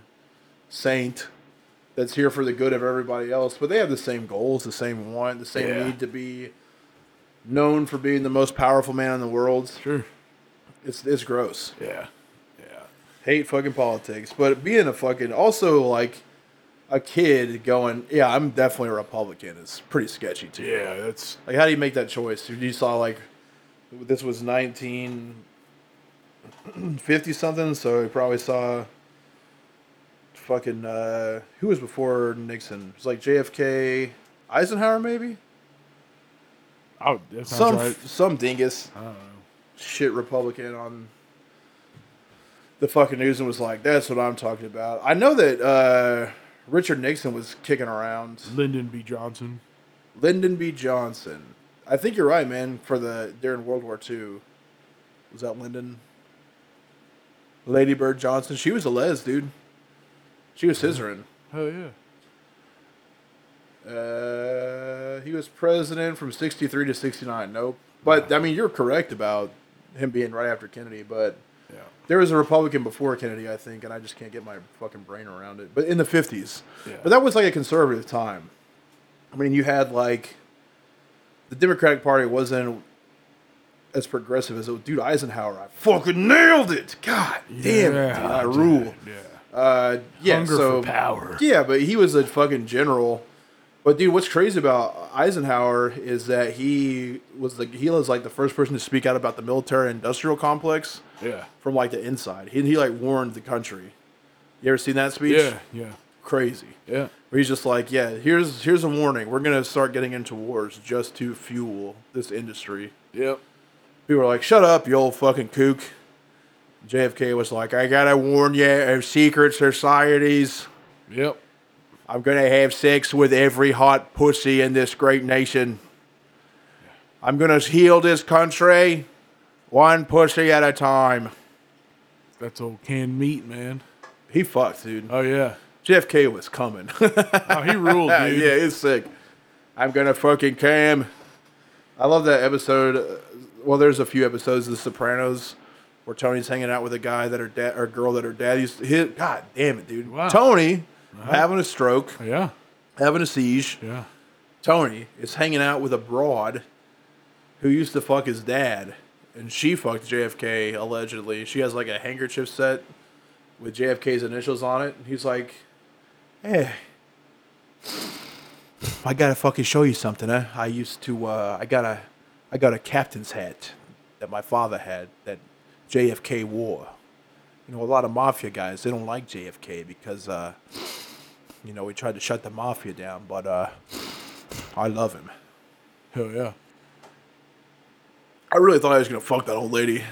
[SPEAKER 1] saint that's here for the good of everybody else. But they have the same goals, the same want, the same
[SPEAKER 3] Yeah.
[SPEAKER 1] need to be known for being the most powerful man in the world.
[SPEAKER 3] Sure.
[SPEAKER 1] It's it's gross.
[SPEAKER 3] Yeah. Yeah.
[SPEAKER 1] Hate fucking politics. But being a fucking also like a kid going, Yeah, I'm definitely a Republican is pretty sketchy too.
[SPEAKER 3] Yeah. That's.
[SPEAKER 1] Like, how do you make that choice? You saw like this was nineteen fifty something, so he probably saw fucking uh, who was before Nixon? It was like JFK, Eisenhower, maybe
[SPEAKER 3] I would, Oh, that sounds
[SPEAKER 1] some
[SPEAKER 3] right. Uh,
[SPEAKER 1] some dingus
[SPEAKER 3] I don't know.
[SPEAKER 1] shit Republican on the fucking news and was like, "That's what I'm talking about." I know that uh, Richard Nixon was kicking around.
[SPEAKER 3] Lyndon B. Johnson.
[SPEAKER 1] Lyndon B. Johnson. I think you're right, man. For the during World War II, was that Lyndon? Lady Bird Johnson. She was a les, dude. She was scissoring.
[SPEAKER 3] Hell yeah.
[SPEAKER 1] Uh, he was president from 63 to 69. Nope. But, I mean, you're correct about him being right after Kennedy, but
[SPEAKER 3] Yeah.
[SPEAKER 1] there was a Republican before Kennedy, I think, and I just can't get my fucking brain around it. But in the 50s.
[SPEAKER 3] Yeah.
[SPEAKER 1] But that was like a conservative time. I mean, you had like the Democratic Party wasn't as progressive as it dude Eisenhower. I fucking nailed it. God damn it. Dude, I rule.
[SPEAKER 3] Yeah.
[SPEAKER 1] Uh, yeah,
[SPEAKER 3] Hunger
[SPEAKER 1] so
[SPEAKER 3] for power.
[SPEAKER 1] yeah, but he was a fucking general. But dude, what's crazy about Eisenhower is that he was the he was like the first person to speak out about the military industrial complex
[SPEAKER 3] Yeah.
[SPEAKER 1] from like the inside. He he like warned the country. You ever seen that speech?
[SPEAKER 3] Yeah. Yeah.
[SPEAKER 1] Crazy.
[SPEAKER 3] Yeah.
[SPEAKER 1] Where he's just like, yeah, here's here's a warning. We're gonna start getting into wars just to fuel this industry.
[SPEAKER 3] Yep.
[SPEAKER 1] People were like, shut up, you old fucking kook. JFK was like, I gotta warn you of secret societies.
[SPEAKER 3] Yep.
[SPEAKER 1] I'm gonna have sex with every hot pussy in this great nation. I'm gonna heal this country one pussy at a time.
[SPEAKER 3] That's old canned meat, man.
[SPEAKER 1] He fucked, dude.
[SPEAKER 3] Oh yeah.
[SPEAKER 1] JFK was coming. [laughs]
[SPEAKER 3] Oh, he ruled,
[SPEAKER 1] yeah,
[SPEAKER 3] dude.
[SPEAKER 1] yeah, it's sick. I'm gonna fucking cam. I love that episode. uh, Well, there's a few episodes of The Sopranos where Tony's hanging out with a guy that her dad or girl that her dad used to hit. God damn it, dude.
[SPEAKER 3] Wow. Uh-huh.
[SPEAKER 1] Tony having a stroke,
[SPEAKER 3] Yeah.
[SPEAKER 1] having a siege.
[SPEAKER 3] Yeah.
[SPEAKER 1] Tony is hanging out with a broad who used to fuck his dad, and she fucked JFK allegedly. She has like a handkerchief set with JFK's initials on it, and he's like, "Hey, I gotta fucking show you something. Huh? I used to, uh, I got a, I got a captain's hat that my father had that JFK wore. You know, a lot of mafia guys they don't like JFK because, uh, you know, we tried to shut the mafia down, but uh, I love him."
[SPEAKER 3] Hell yeah.
[SPEAKER 1] I really thought I was gonna fuck that old lady.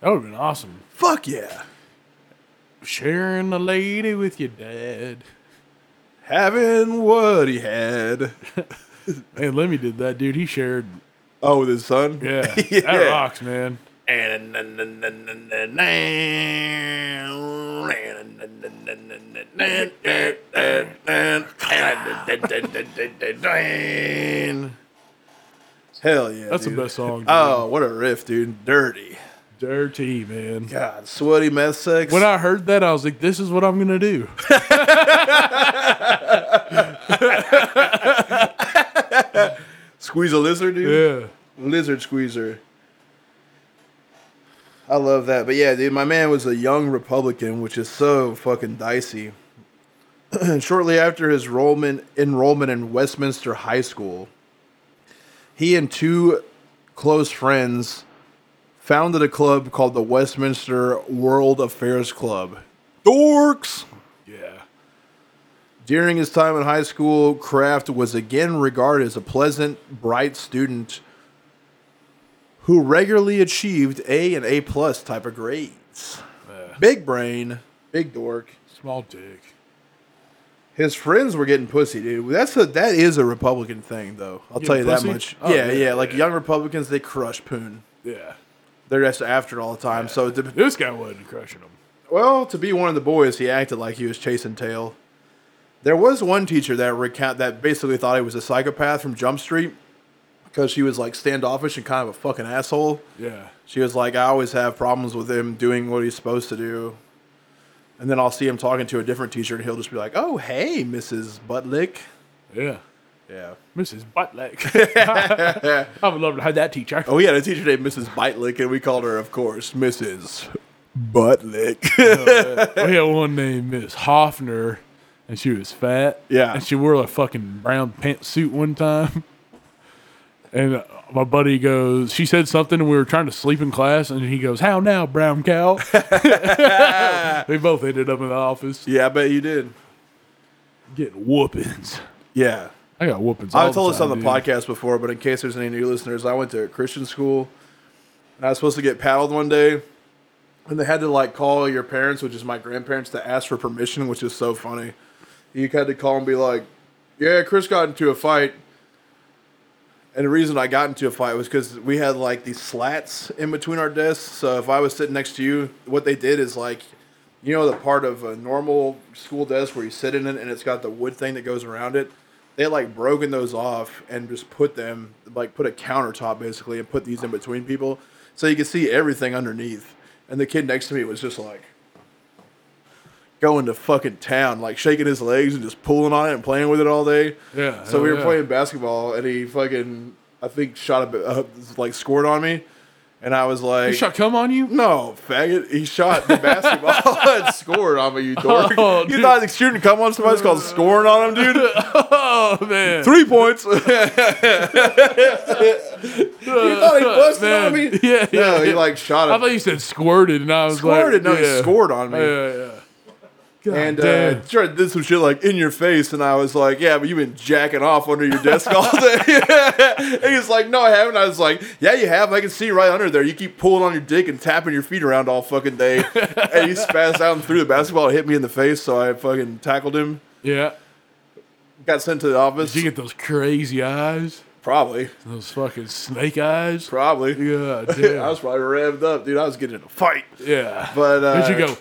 [SPEAKER 3] That would have been awesome.
[SPEAKER 1] Fuck yeah.
[SPEAKER 3] Sharing a lady with your dad.
[SPEAKER 1] Having what he had. [laughs]
[SPEAKER 3] Hey, Lemmy did that, dude. He shared.
[SPEAKER 1] Oh, with his son? [laughs]
[SPEAKER 3] Yeah. That
[SPEAKER 1] Yeah.
[SPEAKER 3] rocks, man.
[SPEAKER 1] And Hell yeah.
[SPEAKER 3] That's the
[SPEAKER 1] dude.
[SPEAKER 3] best song, dude.
[SPEAKER 1] Oh, what a riff, dude. Dirty.
[SPEAKER 3] Dirty, man.
[SPEAKER 1] God, sweaty meth sex.
[SPEAKER 3] When I heard that, I was like, this is what I'm going
[SPEAKER 1] [laughs]
[SPEAKER 3] to do.
[SPEAKER 1] Squeeze a lizard, dude.
[SPEAKER 3] Yeah.
[SPEAKER 1] Lizard Squeezer. I love that. But yeah, dude, my man was a young Republican, which is so fucking dicey. [clears throat] Shortly after his enrollment, enrollment in Westminster High School, he and two close friends founded a club called the Westminster World Affairs Club. Dorks!
[SPEAKER 3] Yeah.
[SPEAKER 1] During his time in high school, Kraft was again regarded as a pleasant, bright student who regularly achieved A and A plus type of grades. Big brain, big dork.
[SPEAKER 3] Small dick.
[SPEAKER 1] His friends were getting pussy, dude. That's a that is a Republican thing, though. I'll tell you
[SPEAKER 3] Getting
[SPEAKER 1] that much.
[SPEAKER 3] pussy? Oh,
[SPEAKER 1] yeah,
[SPEAKER 3] yeah,
[SPEAKER 1] yeah, Like
[SPEAKER 3] yeah.
[SPEAKER 1] young Republicans, they crush poon.
[SPEAKER 3] Yeah.
[SPEAKER 1] They're just after it all the time. So, to,
[SPEAKER 3] This guy wasn't crushing him.
[SPEAKER 1] Well, to be one of the boys, he acted like he was chasing tail. There was one teacher that recount that basically thought he was a psychopath from Jump Street because she was like standoffish and kind of a fucking asshole.
[SPEAKER 3] Yeah.
[SPEAKER 1] She was like, I always have problems with him doing what he's supposed to do. And then I'll see him talking to a different teacher and he'll just be like, Oh, hey, Mrs. Buttlick.
[SPEAKER 3] Yeah.
[SPEAKER 1] Yeah.
[SPEAKER 3] Mrs. Buttleg. [laughs] I would love to have that teacher.
[SPEAKER 1] Oh, we had a teacher named Mrs. Buttlick, and we called her, of course, Mrs. Buttlick. [laughs]
[SPEAKER 3] We had one named Miss Hoffner, and she was fat.
[SPEAKER 1] Yeah.
[SPEAKER 3] And she wore a fucking brown pantsuit one time. [laughs] And uh, my buddy goes, she said something, and we were trying to sleep in class, and he goes, How now,
[SPEAKER 1] [laughs]
[SPEAKER 3] brown cow? we both ended up in the office
[SPEAKER 1] yeah, I bet you did.
[SPEAKER 3] getting whoopings.
[SPEAKER 1] Yeah.
[SPEAKER 3] I got whoopings. all
[SPEAKER 1] I've told this
[SPEAKER 3] time,
[SPEAKER 1] on the
[SPEAKER 3] dude.
[SPEAKER 1] podcast before, but in case there's any new listeners, I went to a Christian school and I was supposed to get paddled one day. And they had to like call your parents, which is my grandparents, to ask for permission, which is so funny. You had to call and be like, Yeah, Chris got into a fight. And the reason I got into a fight was because we had like these slats in between our desks. So if I was sitting next to you, what they did is like, you know, the part of a normal school desk where you sit in it and it's got the wood thing that goes around it. they had like broken those off and just put them like put a countertop basically and put these in between people so you could see everything underneath. And the kid next to me was just like going to fucking town, like shaking his legs and just pulling on it and playing with it all day.
[SPEAKER 3] Yeah,
[SPEAKER 1] So we
[SPEAKER 3] hell
[SPEAKER 1] were
[SPEAKER 3] yeah.
[SPEAKER 1] playing basketball and he fucking I think shot a bit, uh, like scored on me, and I was like.
[SPEAKER 3] You shot come on you?
[SPEAKER 1] No, faggot. He shot the basketball [laughs] and scored on me, you dork.
[SPEAKER 3] Oh,
[SPEAKER 1] you
[SPEAKER 3] dude.
[SPEAKER 1] thought the shooting come on somebody's called scoring on him,
[SPEAKER 3] [laughs]
[SPEAKER 1] dude?
[SPEAKER 3] Oh man.
[SPEAKER 1] Three points. [laughs] you thought he busted on me?
[SPEAKER 3] Man. [laughs] Yeah, yeah,
[SPEAKER 1] No, he
[SPEAKER 3] yeah.
[SPEAKER 1] like shot
[SPEAKER 3] I
[SPEAKER 1] him.
[SPEAKER 3] thought you said squirted, and I was
[SPEAKER 1] Squirted?
[SPEAKER 3] like,
[SPEAKER 1] No, he scored on me.
[SPEAKER 3] Yeah, yeah.
[SPEAKER 1] and uh,
[SPEAKER 3] damn.
[SPEAKER 1] tried to do some shit like in your face, and I was like, "Yeah, but you've been jacking off under your desk all day." [laughs] and he was like, "No, I haven't." I was like, "Yeah, you have. I can see right under there. You keep pulling on your dick and tapping your feet around all fucking day." and he spazzed out and threw the basketball. It hit me in the face, so I fucking tackled him.
[SPEAKER 3] Yeah.
[SPEAKER 1] Got sent to the office.
[SPEAKER 3] Did you get those crazy eyes?
[SPEAKER 1] probably,
[SPEAKER 3] Those fucking snake eyes?
[SPEAKER 1] probably.
[SPEAKER 3] Yeah,
[SPEAKER 1] [laughs] I was probably revved up, dude. I was getting in a fight.
[SPEAKER 3] yeah.
[SPEAKER 1] But uh,
[SPEAKER 3] Did you go?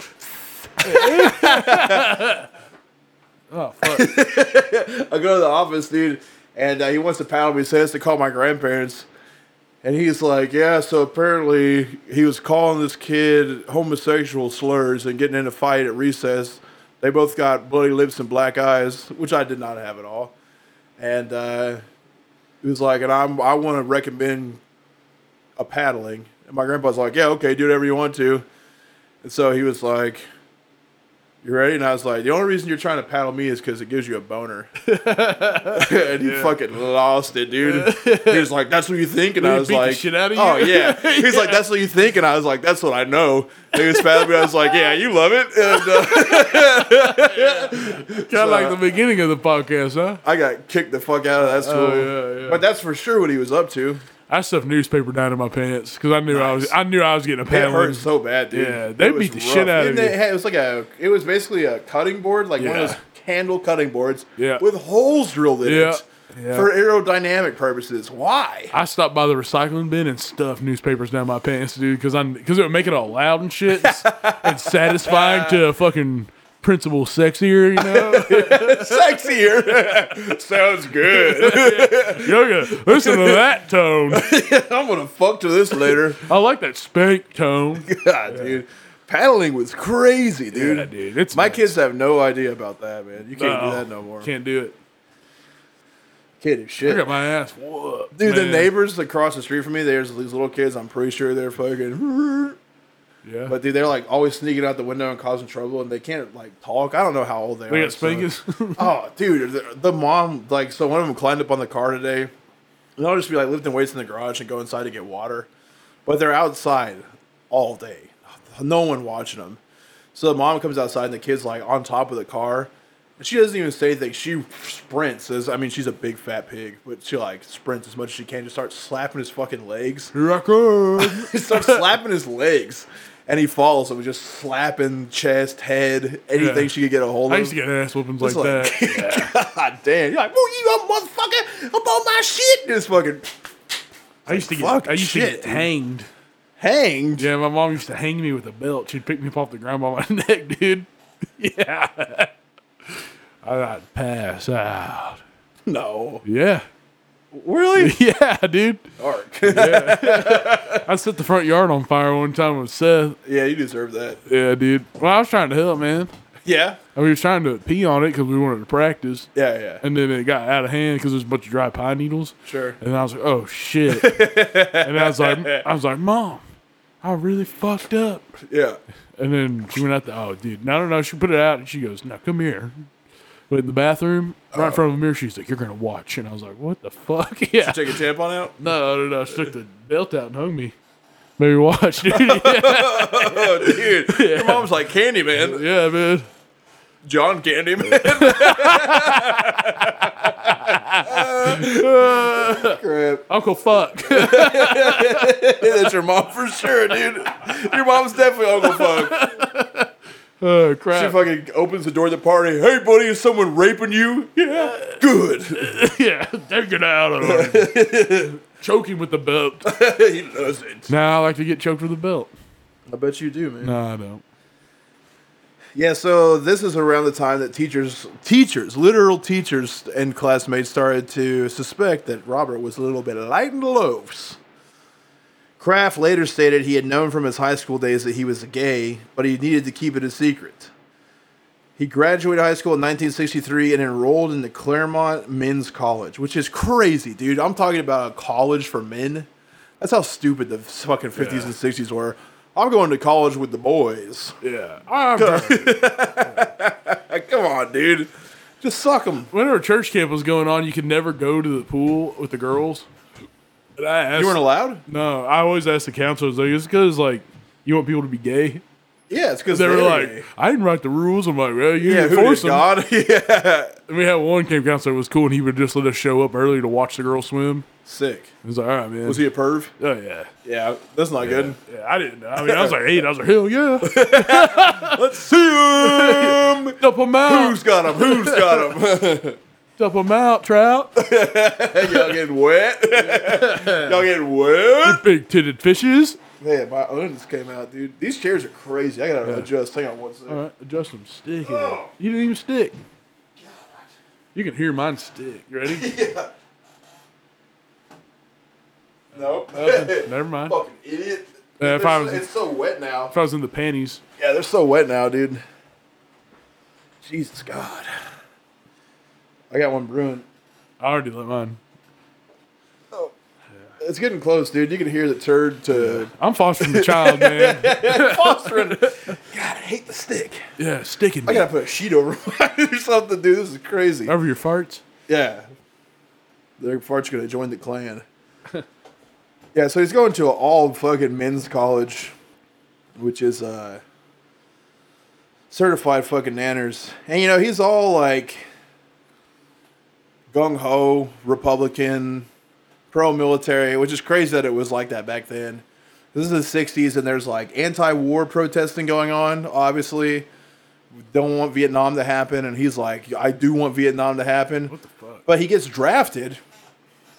[SPEAKER 3] oh fuck!
[SPEAKER 1] I go to the office, dude, and uh, he wants to paddle me. So he has to call my grandparents, and he's like, "Yeah." So apparently, he was calling this kid homosexual slurs and getting in a fight at recess. They both got bloody lips and black eyes, which I did not have at all. And uh, he was like, "And I'm I want to recommend a paddling." And my grandpa's like, "Yeah, okay, do whatever you want to." And so he was like. You ready? And I was like, the only reason you're trying to paddle me is because it gives you a boner. [laughs] and he fucking lost it, dude. He was like, that's what you think? And I
[SPEAKER 3] he
[SPEAKER 1] was
[SPEAKER 3] beat the
[SPEAKER 1] like,
[SPEAKER 3] shit out of
[SPEAKER 1] oh,
[SPEAKER 3] you? [laughs]
[SPEAKER 1] yeah. He's like, that's what you think? And I was like, that's what I know. And he was paddling me. I was like, yeah, you love it. And uh, [laughs]
[SPEAKER 3] Kind of like the beginning of the podcast, huh?
[SPEAKER 1] I got kicked the fuck out of that school.
[SPEAKER 3] Oh, yeah, yeah.
[SPEAKER 1] But that's for sure what he was up to.
[SPEAKER 3] I stuffed newspaper down in my pants because I knew I was I knew I was getting
[SPEAKER 1] It
[SPEAKER 3] a
[SPEAKER 1] hurt
[SPEAKER 3] paddling.
[SPEAKER 1] so bad, dude.
[SPEAKER 3] Yeah, they
[SPEAKER 1] It was
[SPEAKER 3] beat the shit out
[SPEAKER 1] And
[SPEAKER 3] of
[SPEAKER 1] they
[SPEAKER 3] you.
[SPEAKER 1] had- it was like a, it was basically a cutting board, like one
[SPEAKER 3] Yeah.
[SPEAKER 1] of those candle cutting boards
[SPEAKER 3] Yeah.
[SPEAKER 1] with holes drilled in
[SPEAKER 3] Yeah.
[SPEAKER 1] it
[SPEAKER 3] Yeah.
[SPEAKER 1] for aerodynamic purposes. Why? [laughs]
[SPEAKER 3] I stopped by the recycling bin and stuffed newspapers down my pants, dude, because I because it would make it all loud and shit
[SPEAKER 1] [laughs]
[SPEAKER 3] and satisfying to a fucking principal sexier, you know. [laughs]
[SPEAKER 1] Sexier. Sounds good.
[SPEAKER 3] You're gonna listen to that tone.
[SPEAKER 1] [laughs] I'm gonna fuck to this
[SPEAKER 3] [laughs]
[SPEAKER 1] later.
[SPEAKER 3] I like that spank tone.
[SPEAKER 1] God, dude. Paddling was crazy, dude.
[SPEAKER 3] Yeah, [laughs] dude, it's
[SPEAKER 1] My
[SPEAKER 3] nuts.
[SPEAKER 1] kids have no idea about that, man. You can't
[SPEAKER 3] No,
[SPEAKER 1] do that no more. Can't,
[SPEAKER 3] Can't do it.
[SPEAKER 1] do
[SPEAKER 3] I got
[SPEAKER 1] shit.
[SPEAKER 3] my ass whooped.
[SPEAKER 1] Dude, the
[SPEAKER 3] man.
[SPEAKER 1] neighbors across the street from me, there's these little kids. I'm pretty sure they're fucking.
[SPEAKER 3] Yeah.
[SPEAKER 1] But dude, they're like always sneaking out the window and causing trouble, and they can't like talk. I don't know how old they
[SPEAKER 3] they
[SPEAKER 1] are.
[SPEAKER 3] got spankings.
[SPEAKER 1] so- [laughs] Oh, dude, the, the mom like so one of them climbed up on the car today, and I'll just be like lifting weights in the garage and go inside to get water, but they're outside all day, no one watching them. So the mom comes outside and the kid's like on top of the car. And she doesn't even say anything. She sprints. As, I mean, she's a big fat pig, but she like sprints as much as she can. Just starts slapping his fucking legs.
[SPEAKER 3] Here I come.
[SPEAKER 1] He [laughs]
[SPEAKER 3] [laughs]
[SPEAKER 1] starts slapping his legs, and he falls. So just slapping chest, head, anything
[SPEAKER 3] Yeah.
[SPEAKER 1] she could get a hold of.
[SPEAKER 3] I used to get ass whoopings
[SPEAKER 1] It's
[SPEAKER 3] like,
[SPEAKER 1] like,
[SPEAKER 3] that.
[SPEAKER 1] [laughs] God damn! You're like, "Oh, you a motherfucker! I'm on my shit!" Just fucking
[SPEAKER 3] I used to
[SPEAKER 1] fuck
[SPEAKER 3] get I used to
[SPEAKER 1] shit,
[SPEAKER 3] get
[SPEAKER 1] dude.
[SPEAKER 3] hanged.
[SPEAKER 1] hanged.
[SPEAKER 3] Yeah, my mom used to hang me with a belt. She'd pick me up off the ground by my [laughs] neck, dude. Yeah. I'd pass out.
[SPEAKER 1] No,
[SPEAKER 3] Yeah.
[SPEAKER 1] really
[SPEAKER 3] [laughs] Yeah, dude.
[SPEAKER 1] dark.
[SPEAKER 3] I set the front yard on fire one time with Seth.
[SPEAKER 1] [laughs] yeah, you deserve that.
[SPEAKER 3] Yeah, dude. Well, I was trying to help, man.
[SPEAKER 1] Yeah,
[SPEAKER 3] And we were trying to pee on it because we wanted to practice.
[SPEAKER 1] yeah, yeah.
[SPEAKER 3] And then it got out of hand because there's a bunch of dry pine needles.
[SPEAKER 1] Sure.
[SPEAKER 3] And I was like,
[SPEAKER 1] [laughs]
[SPEAKER 3] oh shit. and I was like, I was like, mom, I really fucked up.
[SPEAKER 1] Yeah.
[SPEAKER 3] And then she went out the, oh dude, no, no, no. She put it out and she goes, now come here. But in the bathroom, right in front of the mirror, she's like, you're gonna watch. And I was like, what the fuck? [laughs] Yeah.
[SPEAKER 1] Take a tampon out.
[SPEAKER 3] No, no, no. She took the belt out and hung me. Maybe watch, dude. [laughs] yeah, [laughs]
[SPEAKER 1] Oh, dude, your mom's like Candyman,
[SPEAKER 3] yeah, man.
[SPEAKER 1] John Candyman. [laughs] Crap.
[SPEAKER 3] Uncle fuck. [laughs]
[SPEAKER 1] Yeah, that's your mom for sure, dude. Your mom's definitely Uncle Fuck.
[SPEAKER 3] oh
[SPEAKER 1] She
[SPEAKER 3] crap.
[SPEAKER 1] fucking opens the door at the party. Hey, buddy, is someone raping you? Yeah. Good. [laughs]
[SPEAKER 3] yeah, take it out of him. [laughs] Choke him with the belt.
[SPEAKER 1] he doesn't.
[SPEAKER 3] Now I like to get choked with a belt.
[SPEAKER 1] I bet you do, man.
[SPEAKER 3] No, I don't.
[SPEAKER 1] Yeah, so this is around the time that teachers, teachers, literal teachers and classmates started to suspect that Robert was a little bit light in the loaves. Kraft later stated he had known from his high school days that he was gay, but he needed to keep it a secret. He graduated high school in 1963 and enrolled in the Claremont Men's College, which is crazy, dude. I'm talking about a college for men. That's how stupid the fucking 50s and 60s were. I'm going to college with the boys.
[SPEAKER 3] Yeah. I'm done.
[SPEAKER 1] Like, come on, dude. Just suck them.
[SPEAKER 3] Whenever church camp was going on, you could never go to the pool with the girls. But I asked,
[SPEAKER 1] You weren't allowed?
[SPEAKER 3] No, I always asked the counselors, like, it's because, like, you want people to be gay?
[SPEAKER 1] Yeah, it's because
[SPEAKER 3] They were like, I didn't write the rules. I'm like, well, you
[SPEAKER 1] yeah,
[SPEAKER 3] didn't
[SPEAKER 1] who
[SPEAKER 3] force
[SPEAKER 1] did
[SPEAKER 3] them.
[SPEAKER 1] God? [laughs] yeah.
[SPEAKER 3] And we had one camp counselor that was cool, and he would just let us show up early to watch the girls swim.
[SPEAKER 1] Sick.
[SPEAKER 3] It was like, all right, man.
[SPEAKER 1] Was he a perv?
[SPEAKER 3] oh, yeah.
[SPEAKER 1] Yeah, that's not good.
[SPEAKER 3] Yeah, I didn't know. I mean, I [laughs] was like eight. I was like, hell yeah.
[SPEAKER 1] Let's see him. [laughs]
[SPEAKER 3] Dump them out.
[SPEAKER 1] Who's got him? Who's got him? [laughs]
[SPEAKER 3] Dump them out, [laughs] Trout.
[SPEAKER 1] Y'all getting [laughs] wet? Y'all getting wet?
[SPEAKER 3] Big titted fishes.
[SPEAKER 1] Man, my onions came out, dude. These chairs are crazy. I gotta adjust. Hang on one second.
[SPEAKER 3] All right, adjust them. Stick it. You didn't even stick. You can hear mine stick. You [laughs] ready?
[SPEAKER 1] Nope.
[SPEAKER 3] Never
[SPEAKER 1] [laughs]
[SPEAKER 3] mind.
[SPEAKER 1] Fucking idiot.
[SPEAKER 3] Yeah, if
[SPEAKER 1] They're
[SPEAKER 3] I
[SPEAKER 1] so-
[SPEAKER 3] was-
[SPEAKER 1] it's so wet now.
[SPEAKER 3] If I was in the panties,
[SPEAKER 1] Yeah, they're so wet now, dude. Jesus God. I got one brewing.
[SPEAKER 3] I already let mine.
[SPEAKER 1] It's getting close, dude. You can hear the turd to
[SPEAKER 3] I'm fostering the child, [laughs] man.
[SPEAKER 1] fostering. God, I hate the stick.
[SPEAKER 3] Yeah, sticking.
[SPEAKER 1] I gotta put a sheet over [laughs] mine or something, dude. This is crazy.
[SPEAKER 3] Over your farts.
[SPEAKER 1] Yeah. Their fart's gonna join the clan. yeah, so he's going to an all fucking men's college, which is uh certified fucking nanners. And you know, he's all like gung ho, Republican, pro military, which is crazy that it was like that back then. This is the 60s, and there's like anti war protesting going on, obviously. Don't want Vietnam to happen, and he's like, I do want Vietnam to happen.
[SPEAKER 3] What the fuck?
[SPEAKER 1] But he gets drafted,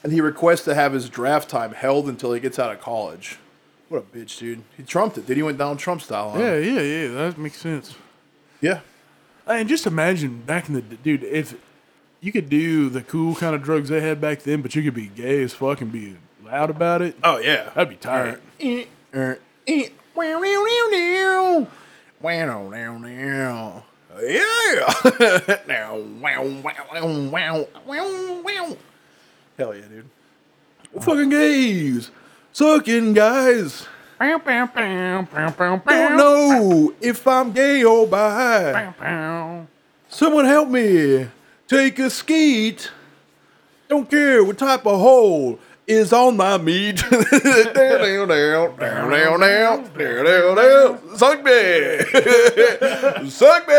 [SPEAKER 1] and he requests to have his draft time held until he gets out of college. What a bitch, dude. He trumped it. Then he went Donald Trump style on
[SPEAKER 3] Yeah,
[SPEAKER 1] him.
[SPEAKER 3] yeah, yeah. That makes sense.
[SPEAKER 1] Yeah.
[SPEAKER 3] Oh. And just imagine back in the dude, if you could do the cool kind of drugs they had back then, but you could be gay as fuck and be loud about it.
[SPEAKER 1] Oh, yeah.
[SPEAKER 3] That'd be [laughs] tired.
[SPEAKER 1] Hell yeah, dude. Fucking gays. Sucking guys. Don't know if I'm gay or bi. Someone help me. Take a skeet. Don't care what type of hole is on my meat. down, down, down, down, down, down, down, down, down. Suck me. Suck me.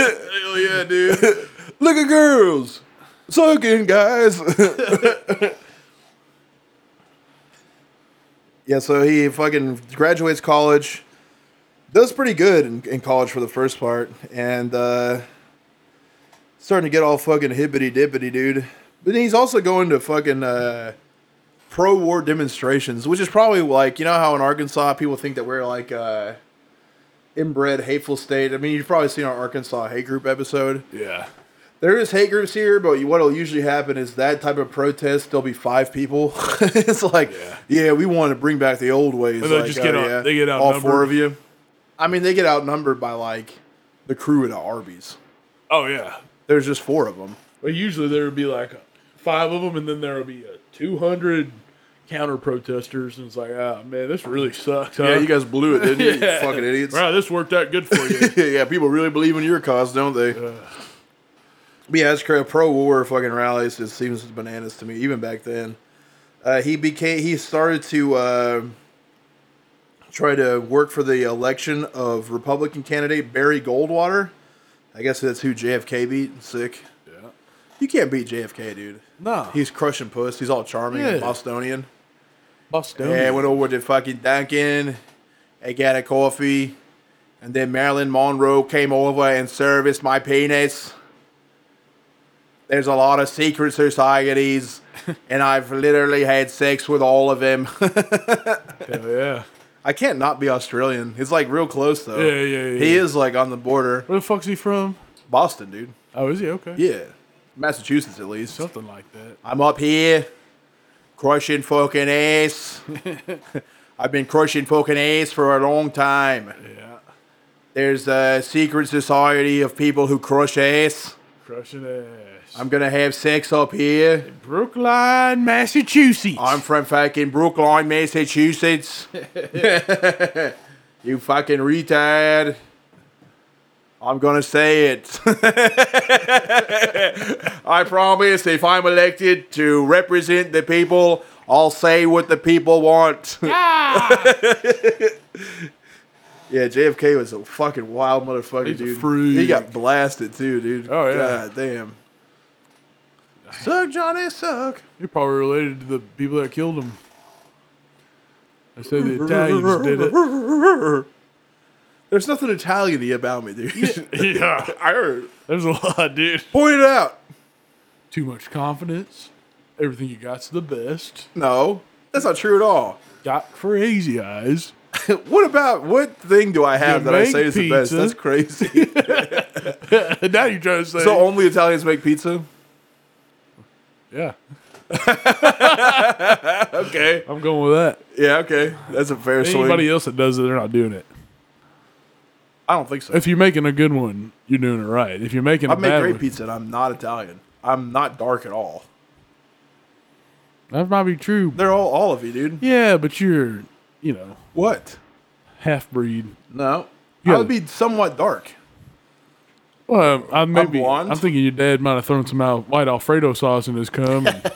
[SPEAKER 3] Hell yeah, dude.
[SPEAKER 1] Look at girls. Sucking, guys. [laughs] yeah, so he fucking graduates college. Does pretty good in, in college for the first part. And uh, starting to get all fucking hippity dippity, dude. But then he's also going to fucking uh, pro war demonstrations, which is probably like, you know how in Arkansas people think that we're like uh, inbred, hateful state? I mean, you've probably seen our Arkansas hate group episode.
[SPEAKER 3] Yeah.
[SPEAKER 1] There is hate groups here, but what will usually happen is that type of protest, there'll be five people. [laughs] it's like, yeah. we want to bring back the old ways.
[SPEAKER 3] And they
[SPEAKER 1] like, oh,
[SPEAKER 3] just get out-
[SPEAKER 1] yeah,
[SPEAKER 3] they get
[SPEAKER 1] all four
[SPEAKER 3] outnumbered.
[SPEAKER 1] of you. I mean, they get outnumbered by like the crew at Arby's.
[SPEAKER 3] Oh yeah.
[SPEAKER 1] There's just four of them.
[SPEAKER 3] But usually there would be like five of them, and then there would be uh, two hundred counter protesters, and it's like, ah, man, this really sucks. Huh?
[SPEAKER 1] Yeah, you guys blew it,
[SPEAKER 3] [laughs]
[SPEAKER 1] didn't you? you?
[SPEAKER 3] Yeah.
[SPEAKER 1] Fucking idiots.
[SPEAKER 3] Wow, this worked out good for you.
[SPEAKER 1] yeah, people really believe in your cause, don't they? But yeah, it's crazy. Pro war fucking rallies just seems bananas to me, even back then. Uh, he became he started to uh, try to work for the election of Republican candidate Barry Goldwater. I guess that's who JFK beat. Sick. [laughs] Yeah. You can't beat JFK, dude.
[SPEAKER 3] no, he's
[SPEAKER 1] He's crushing puss. He's all charming and
[SPEAKER 3] Yeah.
[SPEAKER 1] Bostonian.
[SPEAKER 3] Bostonian.
[SPEAKER 1] Yeah, went over to fucking Dunkin'. I got a coffee. And then Marilyn Monroe came over and serviced my penis. There's a lot of secret
[SPEAKER 3] [laughs]
[SPEAKER 1] societies, and I've literally had sex with all of them. [laughs]
[SPEAKER 3] Hell yeah.
[SPEAKER 1] I can't not be Australian. It's like real close though.
[SPEAKER 3] Yeah, yeah, yeah.
[SPEAKER 1] He is like on the border,
[SPEAKER 3] Where the fuck's he from?
[SPEAKER 1] Boston, dude.
[SPEAKER 3] Oh, is he okay?
[SPEAKER 1] Yeah, Massachusetts at least.
[SPEAKER 3] Something like that.
[SPEAKER 1] I'm up here, crushing fucking
[SPEAKER 3] [laughs]
[SPEAKER 1] ass. I've been crushing fucking ass for a long time.
[SPEAKER 3] Yeah.
[SPEAKER 1] There's a secret society of people who crush ass.
[SPEAKER 3] Crushing ass.
[SPEAKER 1] I'm gonna have sex up here.
[SPEAKER 3] Brookline, Massachusetts.
[SPEAKER 1] I'm from fucking Brookline,
[SPEAKER 3] [laughs]
[SPEAKER 1] Massachusetts. you fucking retard. I'm gonna say it. [laughs] I promise if I'm elected to represent the people, I'll say what the people want. [laughs] yeah, JFK was a fucking wild motherfucker,
[SPEAKER 3] He's a
[SPEAKER 1] dude.
[SPEAKER 3] freak.
[SPEAKER 1] He got blasted too, dude.
[SPEAKER 3] Oh, yeah.
[SPEAKER 1] God damn. Suck, Johnny, suck.
[SPEAKER 3] You're probably related to the people that killed him. They say the Italians did it.
[SPEAKER 1] [laughs] There's nothing Italian about me, dude.
[SPEAKER 3] Yeah.
[SPEAKER 1] [laughs] I heard.
[SPEAKER 3] There's a lot, dude.
[SPEAKER 1] Point it out.
[SPEAKER 3] Too much confidence. Everything you got's the best.
[SPEAKER 1] No, that's not true at all. [laughs]
[SPEAKER 3] Got crazy eyes. [laughs]
[SPEAKER 1] what about what thing do I have
[SPEAKER 3] You
[SPEAKER 1] that I
[SPEAKER 3] make
[SPEAKER 1] say is the best?
[SPEAKER 3] pizza.
[SPEAKER 1] That's
[SPEAKER 3] [laughs]
[SPEAKER 1] crazy. [laughs]
[SPEAKER 3] And now you're trying to say.
[SPEAKER 1] so only Italians make pizza.
[SPEAKER 3] yeah.
[SPEAKER 1] Okay.
[SPEAKER 3] I'm going with that.
[SPEAKER 1] Yeah. Okay. That's a fair
[SPEAKER 3] Anybody
[SPEAKER 1] swing.
[SPEAKER 3] else that does it, they're not doing it.
[SPEAKER 1] I don't think so.
[SPEAKER 3] If you're making a good one, you're doing it right. If you're making a
[SPEAKER 1] I make
[SPEAKER 3] bad
[SPEAKER 1] great
[SPEAKER 3] one,
[SPEAKER 1] pizza, and I'm not Italian. I'm not dark at all.
[SPEAKER 3] that might be true.
[SPEAKER 1] They're all all of you, dude.
[SPEAKER 3] Yeah, but you're, you know,
[SPEAKER 1] What?
[SPEAKER 3] half breed.
[SPEAKER 1] No.
[SPEAKER 3] Yeah.
[SPEAKER 1] I would be somewhat dark.
[SPEAKER 3] Well, I maybe I'm,
[SPEAKER 1] blonde.
[SPEAKER 3] thinking your dad might have thrown some out white Alfredo sauce in
[SPEAKER 1] [laughs]
[SPEAKER 3] his cum. and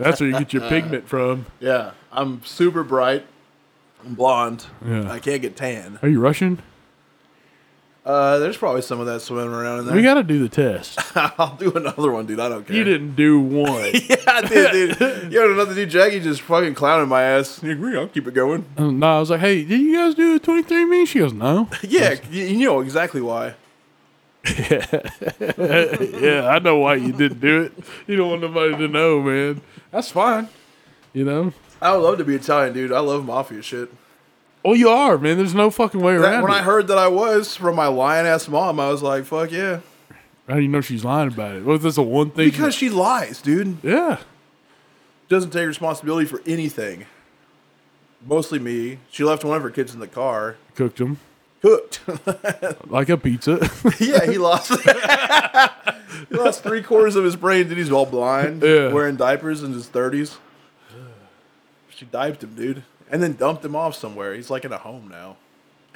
[SPEAKER 3] that's where you get your pigment from.
[SPEAKER 1] Yeah. I'm super bright. I'm blonde.
[SPEAKER 3] Yeah.
[SPEAKER 1] I can't get tan.
[SPEAKER 3] Are you Russian?
[SPEAKER 1] Uh, there's probably some of that swimming around in there.
[SPEAKER 3] We got to do the test.
[SPEAKER 1] [laughs] I'll do another one, dude. I don't care.
[SPEAKER 3] You didn't do one.
[SPEAKER 1] [laughs] Yeah, I did, [laughs] dude. You know another dude, Jackie, just fucking clowning my ass. You agree? I'll keep it going.
[SPEAKER 3] Um, no, I was like, hey, did you guys do a 23 me? She goes, no.
[SPEAKER 1] [laughs]
[SPEAKER 3] [laughs]
[SPEAKER 1] Yeah, you you know exactly why.
[SPEAKER 3] yeah, I know why you didn't do it. You don't want nobody to know, man. That's fine. You know?
[SPEAKER 1] I would love to be Italian, dude. I love mafia shit.
[SPEAKER 3] Well, you are, man. There's no fucking way
[SPEAKER 1] That-
[SPEAKER 3] around
[SPEAKER 1] when
[SPEAKER 3] it.
[SPEAKER 1] I heard that I was from my lion ass mom, I was like, fuck yeah.
[SPEAKER 3] How do you know she's lying about it? Well, that's the one thing.
[SPEAKER 1] Because she lies, dude.
[SPEAKER 3] yeah.
[SPEAKER 1] Doesn't take responsibility for anything. Mostly me. She left one of her kids in the car.
[SPEAKER 3] Cooked them
[SPEAKER 1] Cooked. [laughs]
[SPEAKER 3] like a pizza. [laughs]
[SPEAKER 1] yeah, he lost. [laughs] he lost three quarters of his brain, dude. He's all blind,
[SPEAKER 3] Yeah.
[SPEAKER 1] wearing diapers in his thirties. She diaped him, dude, and then dumped him off somewhere. He's like in a home now.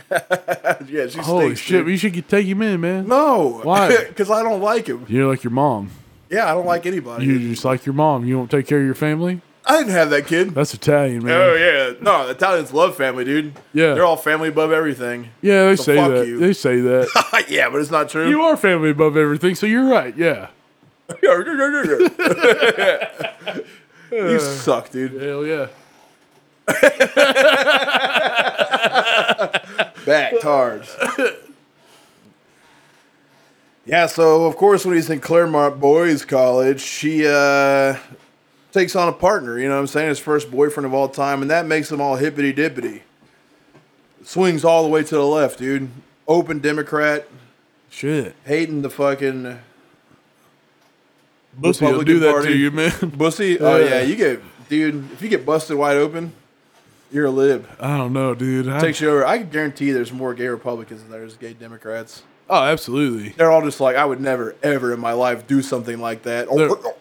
[SPEAKER 1] [laughs] yeah, she
[SPEAKER 3] Holy
[SPEAKER 1] stinks,
[SPEAKER 3] shit.
[SPEAKER 1] dude.
[SPEAKER 3] You should get, take him in, man.
[SPEAKER 1] No,
[SPEAKER 3] Why?
[SPEAKER 1] [laughs] Because I don't like him.
[SPEAKER 3] You're like your mom.
[SPEAKER 1] Yeah, I don't like anybody.
[SPEAKER 3] You're just like your mom. You won't take care of your family?
[SPEAKER 1] I didn't have that kid.
[SPEAKER 3] That's Italian, man.
[SPEAKER 1] Oh yeah, no, the Italians love family, dude.
[SPEAKER 3] Yeah.
[SPEAKER 1] they're all family above everything.
[SPEAKER 3] yeah, they
[SPEAKER 1] So
[SPEAKER 3] say
[SPEAKER 1] fuck
[SPEAKER 3] that.
[SPEAKER 1] you.
[SPEAKER 3] They say that.
[SPEAKER 1] [laughs] yeah, but it's not true.
[SPEAKER 3] you are family above everything, so you're right. Yeah.
[SPEAKER 1] [laughs] you suck, dude.
[SPEAKER 3] Hell yeah.
[SPEAKER 1] back tars. yeah, so of course when he's in Claremont Boys College, she uh, takes on a partner, you know what I'm saying? His first boyfriend of all time, and that makes them all hippity dippity. Swings all the way to the left, dude. Open Democrat,
[SPEAKER 3] Shit.
[SPEAKER 1] hating the fucking
[SPEAKER 3] Pussy will
[SPEAKER 1] Republican
[SPEAKER 3] do that
[SPEAKER 1] Party.
[SPEAKER 3] to you, man. [laughs]
[SPEAKER 1] bussy. Oh
[SPEAKER 3] Yeah.
[SPEAKER 1] yeah, you get dude, if you get busted wide open, you're a lib.
[SPEAKER 3] I don't know, dude. I-
[SPEAKER 1] Takes you over. I can guarantee there's more gay Republicans than there's gay Democrats.
[SPEAKER 3] oh, absolutely.
[SPEAKER 1] they're all just like, I would never, ever in my life do something like that. Oh,
[SPEAKER 3] They're-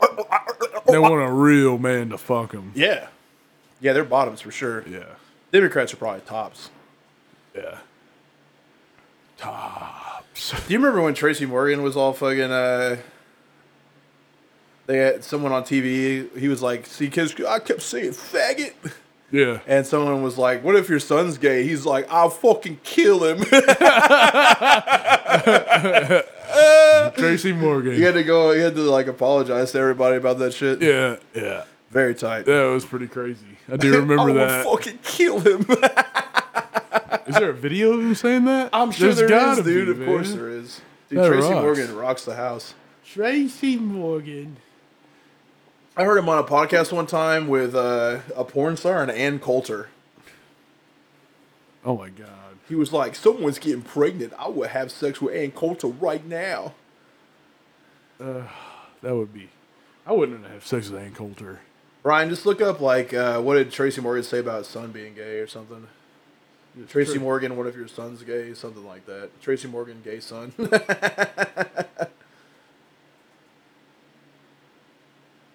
[SPEAKER 3] They want a real man to fuck them.
[SPEAKER 1] yeah. Yeah, they're bottoms for sure.
[SPEAKER 3] Yeah.
[SPEAKER 1] Democrats are probably tops.
[SPEAKER 3] Yeah. Tops.
[SPEAKER 1] Do you remember when Tracy Morgan was all fucking, uh, they had someone on TV, he was like, see kids, I kept saying faggot.
[SPEAKER 3] Yeah.
[SPEAKER 1] [laughs] And someone was like, what if your son's gay? He's like, I'll fucking kill him. [laughs] he
[SPEAKER 3] Tracy Morgan.
[SPEAKER 1] had to go, he had to like apologize to everybody about that shit.
[SPEAKER 3] yeah. Yeah.
[SPEAKER 1] Very tight.
[SPEAKER 3] That was pretty crazy. I
[SPEAKER 1] [laughs]
[SPEAKER 3] do remember
[SPEAKER 1] I
[SPEAKER 3] that.
[SPEAKER 1] will fucking kill him. [laughs]
[SPEAKER 3] Is there a video of him saying that?
[SPEAKER 1] I'm sure
[SPEAKER 3] There's
[SPEAKER 1] there is,
[SPEAKER 3] gotta
[SPEAKER 1] dude.
[SPEAKER 3] be,
[SPEAKER 1] of course
[SPEAKER 3] man.
[SPEAKER 1] there is. Dude,
[SPEAKER 3] That
[SPEAKER 1] Tracy
[SPEAKER 3] rocks.
[SPEAKER 1] Morgan rocks the house.
[SPEAKER 4] Tracy Morgan.
[SPEAKER 1] I heard him on a podcast one time with uh, a porn star and Ann Coulter.
[SPEAKER 3] Oh my god.
[SPEAKER 1] He was like, "Someone's getting pregnant. I would have sex with Ann Coulter right now."
[SPEAKER 3] That would be I wouldn't have sex with Ann Coulter.
[SPEAKER 1] Ryan, just look up like uh, what did Tracy Morgan say about his son being gay or something. Tracy
[SPEAKER 3] Tra-
[SPEAKER 1] Morgan, what if your son's gay? Something like that. Tracy Morgan, gay son. [laughs]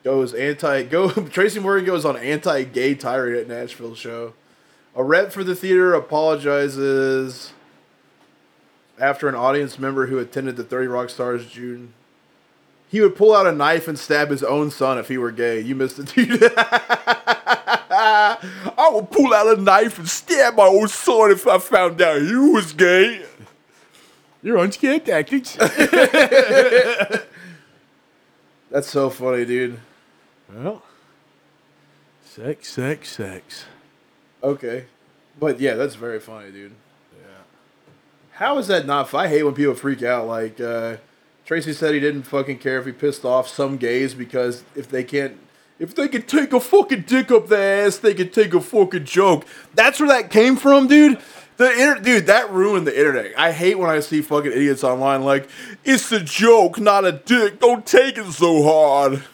[SPEAKER 1] goes anti go [laughs] Tracy Morgan goes on anti gay tirade at Nashville show. A rep for the theater apologizes after an audience member who attended the 30 Rock Stars June. He would pull out a knife and stab his own son if he were gay. You missed it, dude. [laughs] I would pull out a knife and stab my own son if I found out he was gay.
[SPEAKER 3] You're on scare tactics.
[SPEAKER 1] That's so funny, dude.
[SPEAKER 3] well. Sex, sex, sex.
[SPEAKER 1] Okay. But yeah, that's very funny, dude. Yeah. How is that not? I hate when people freak out. Like, uh, Tracy said he didn't fucking care if he pissed off some gays because if they can't. If they could take a fucking dick up their ass, they could take a fucking joke. That's where that came from, dude. The inter- dude that ruined the internet. I hate when I see fucking idiots online like, "It's a joke, not a dick. Don't take it so hard."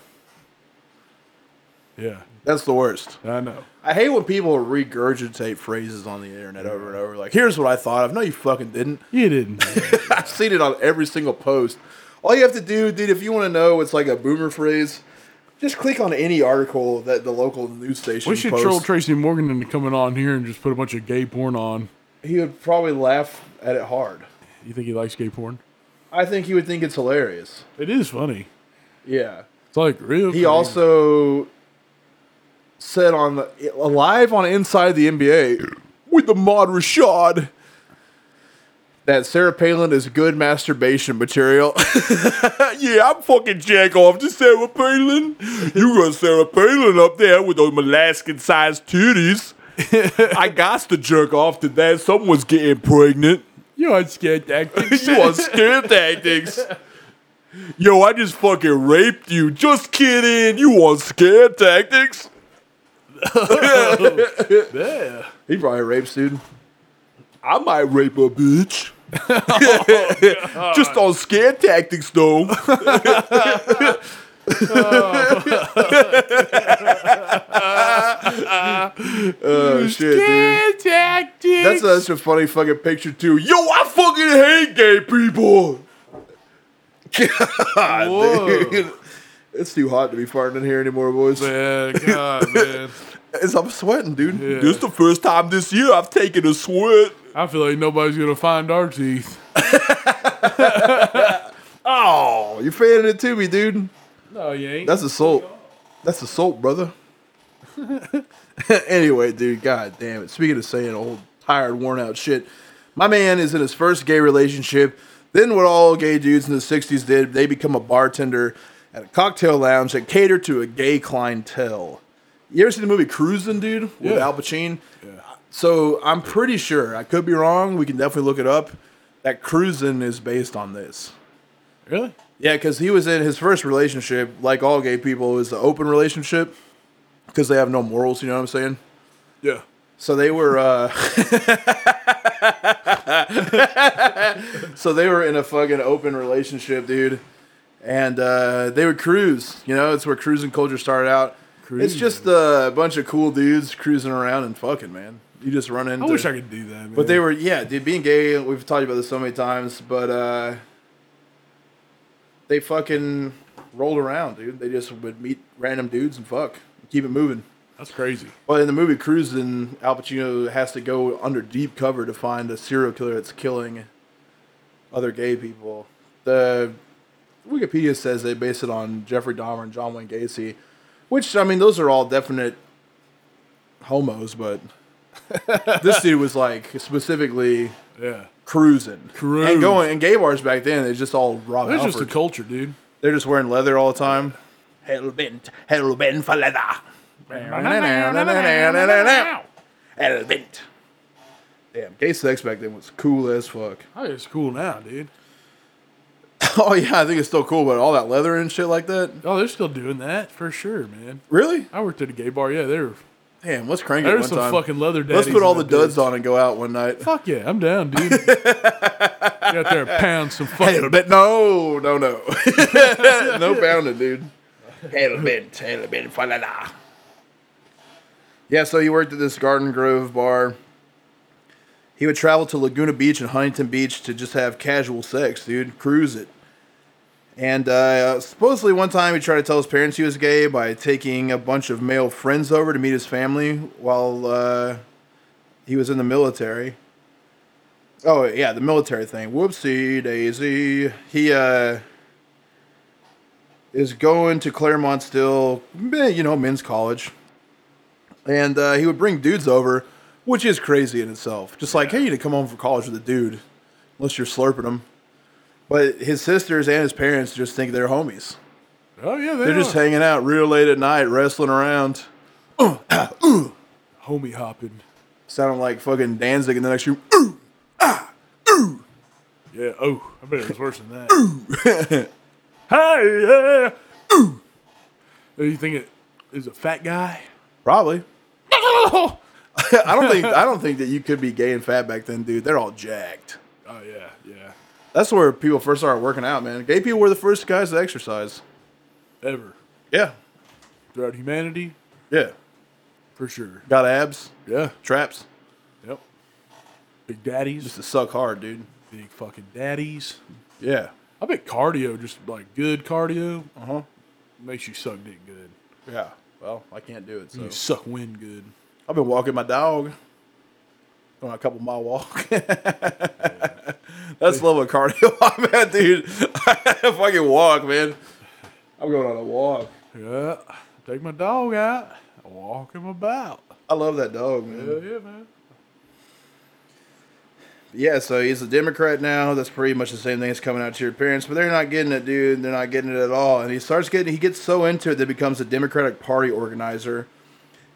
[SPEAKER 3] Yeah.
[SPEAKER 1] That's the worst.
[SPEAKER 3] I know.
[SPEAKER 1] I hate when people regurgitate phrases on the internet over and over. Like, here's what I thought of. No, you fucking didn't. [laughs]
[SPEAKER 3] You didn't.
[SPEAKER 1] I've seen it on every single post. All you have to do, dude, if you want to know it's like a boomer phrase, just click on any article that the local news station
[SPEAKER 3] we should
[SPEAKER 1] posts.
[SPEAKER 3] troll Tracy Morgan into coming on here and just put a bunch of gay porn on.
[SPEAKER 1] he would probably laugh at it hard.
[SPEAKER 3] You think he likes gay porn?
[SPEAKER 1] I think he would think it's hilarious.
[SPEAKER 3] It is funny.
[SPEAKER 1] Yeah.
[SPEAKER 3] It's like real.
[SPEAKER 1] He also said on the, live on Inside the NBA with the mod Rashad that Sarah Palin is good masturbation material. [laughs] yeah, I'm fucking jack off to Sarah Palin. You got Sarah Palin up there with those Alaskan sized titties. [laughs] I got to jerk off to that. Someone's getting pregnant.
[SPEAKER 3] You on
[SPEAKER 1] [laughs]
[SPEAKER 3] scare tactics?
[SPEAKER 1] You on scare tactics. Yo, I just fucking raped you. Just kidding. You on scare tactics? [laughs]
[SPEAKER 3] yeah.
[SPEAKER 1] He probably rapes, dude. I might rape a bitch. just on scare tactics, though. [laughs] oh shit, dude.
[SPEAKER 3] Scare tactics.
[SPEAKER 1] That's such a funny fucking picture too. Yo, I fucking hate gay people. [laughs] God, dude. It's too hot to be farting in here anymore, boys.
[SPEAKER 3] Man, [laughs] God, man.
[SPEAKER 1] It's, I'm sweating, dude.
[SPEAKER 3] Yeah.
[SPEAKER 1] This is the first time this year I've taken a sweat.
[SPEAKER 3] I feel like nobody's gonna find our teeth.
[SPEAKER 1] Oh, you're fanning it to me, dude.
[SPEAKER 3] No, you ain't.
[SPEAKER 1] That's assault. That's assault, brother. [laughs] anyway, dude, god damn it. Speaking of saying old, tired, worn out shit, my man is in his first gay relationship. Then, what all gay dudes in the 60s did, they become a bartender at a cocktail lounge that catered to a gay clientele. You ever seen the movie Cruising, dude, with
[SPEAKER 3] Yeah.
[SPEAKER 1] Al Pacino? So, I'm pretty sure, I could be wrong, we can definitely look it up, that Cruising is based on this.
[SPEAKER 3] really?
[SPEAKER 1] Yeah, because he was in his first relationship, like all gay people, is the open relationship because they have no morals. You know what I'm saying?
[SPEAKER 3] Yeah.
[SPEAKER 1] So they were, uh, [laughs] so they were in a fucking open relationship, dude, and uh, they would cruise. You know, it's where cruising culture started out. It's
[SPEAKER 3] Cruising.
[SPEAKER 1] just a bunch of cool dudes cruising around and fucking, man. You just run into.
[SPEAKER 3] I wish I could do that. Man.
[SPEAKER 1] But they were, yeah, dude, being gay, we've talked about this so many times, but uh, they fucking rolled around, dude. They just would meet random dudes and fuck, keep it moving.
[SPEAKER 3] That's crazy.
[SPEAKER 1] But in the movie Cruising, Al Pacino has to go under deep cover to find a serial killer that's killing other gay people. The Wikipedia says they based it on Jeffrey Dahmer and John Wayne Gacy, which I mean, those are all definite homos, but [laughs] this dude was like specifically
[SPEAKER 3] Yeah.
[SPEAKER 1] cruising,
[SPEAKER 3] Cruise.
[SPEAKER 1] and going and gay bars back then. It's just all Rob
[SPEAKER 3] That's
[SPEAKER 1] Halford.
[SPEAKER 3] just a culture, dude.
[SPEAKER 1] They're just wearing leather all the time. Hell bent, hell bent for leather. Element. Damn, gay sex back then was cool as fuck.
[SPEAKER 3] Hey, it's cool now, dude.
[SPEAKER 1] [laughs] Oh yeah, I think it's still cool, but all that leather and shit like that.
[SPEAKER 3] Oh, they're still doing that for sure, man.
[SPEAKER 1] Really?
[SPEAKER 3] I worked at a gay bar. Yeah, they were.
[SPEAKER 1] Damn, let's crank it
[SPEAKER 3] There's
[SPEAKER 1] one
[SPEAKER 3] some
[SPEAKER 1] time.
[SPEAKER 3] fucking leather daddies.
[SPEAKER 1] let's put all
[SPEAKER 3] in
[SPEAKER 1] the duds on and go out one
[SPEAKER 3] [laughs]
[SPEAKER 1] night.
[SPEAKER 3] Fuck yeah, I'm
[SPEAKER 1] [laughs]
[SPEAKER 3] down, dude. Get out there and pound some fucking.
[SPEAKER 1] Hell, but no, no, no, [laughs] no bounding, dude.
[SPEAKER 2] Hell bit, hell bit, fa la la.
[SPEAKER 1] Yeah, so he worked at this Garden Grove bar. He would travel to Laguna Beach and Huntington Beach to just have casual sex, dude. Cruise it. And uh, supposedly one time he tried to tell his parents he was gay by taking a bunch of male friends over to meet his family while uh, he was in the military. Oh yeah, the military thing. Whoopsie daisy. He uh, is going to Claremont still, eh, you know, men's college and uh, he would bring dudes over, which is crazy in itself. Just like, hey, you to come home from college with a dude, unless you're slurping him. But his sisters and his parents just think they're homies.
[SPEAKER 3] Oh yeah, they
[SPEAKER 1] They're just
[SPEAKER 3] are.
[SPEAKER 1] hanging out real late at night, wrestling around,
[SPEAKER 3] homie hopping.
[SPEAKER 1] sounding like fucking Danzig in the next room.
[SPEAKER 3] Yeah. Oh, I bet it was worse than that. [laughs] hey, yeah. Ooh. You think it is a fat guy?
[SPEAKER 1] [clears throat] Probably. [laughs] Oh. I don't think I don't think that you could be gay and fat back then, dude. They're all jacked.
[SPEAKER 3] Oh yeah, yeah.
[SPEAKER 1] That's where people first started working out, man. Gay people were the first guys to exercise.
[SPEAKER 3] Ever
[SPEAKER 1] Yeah,
[SPEAKER 3] throughout humanity,
[SPEAKER 1] yeah.
[SPEAKER 3] for sure.
[SPEAKER 1] Got abs,
[SPEAKER 3] Yeah.
[SPEAKER 1] traps,
[SPEAKER 3] Yep. Big daddies,
[SPEAKER 1] just to suck hard, dude.
[SPEAKER 3] big fucking daddies.
[SPEAKER 1] Yeah.
[SPEAKER 3] I bet cardio, just like good cardio,
[SPEAKER 1] Uh huh.
[SPEAKER 3] makes you suck dick good.
[SPEAKER 1] Yeah. Well, I can't do it. So
[SPEAKER 3] You suck wind good.
[SPEAKER 1] I've been walking my dog on a couple mile walk. [laughs] That's level of cardio [laughs] I'm at, dude. I fucking walk, man. I'm going on a walk.
[SPEAKER 3] Yeah. Take my dog out. I walk him about.
[SPEAKER 1] I love that dog, man.
[SPEAKER 3] Hell yeah, man.
[SPEAKER 1] Yeah, so he's a Democrat now. That's pretty much the same thing that's coming out to your parents, but they're not getting it, dude. They're not getting it at all. And he starts getting, he gets so into it that he becomes a Democratic Party organizer.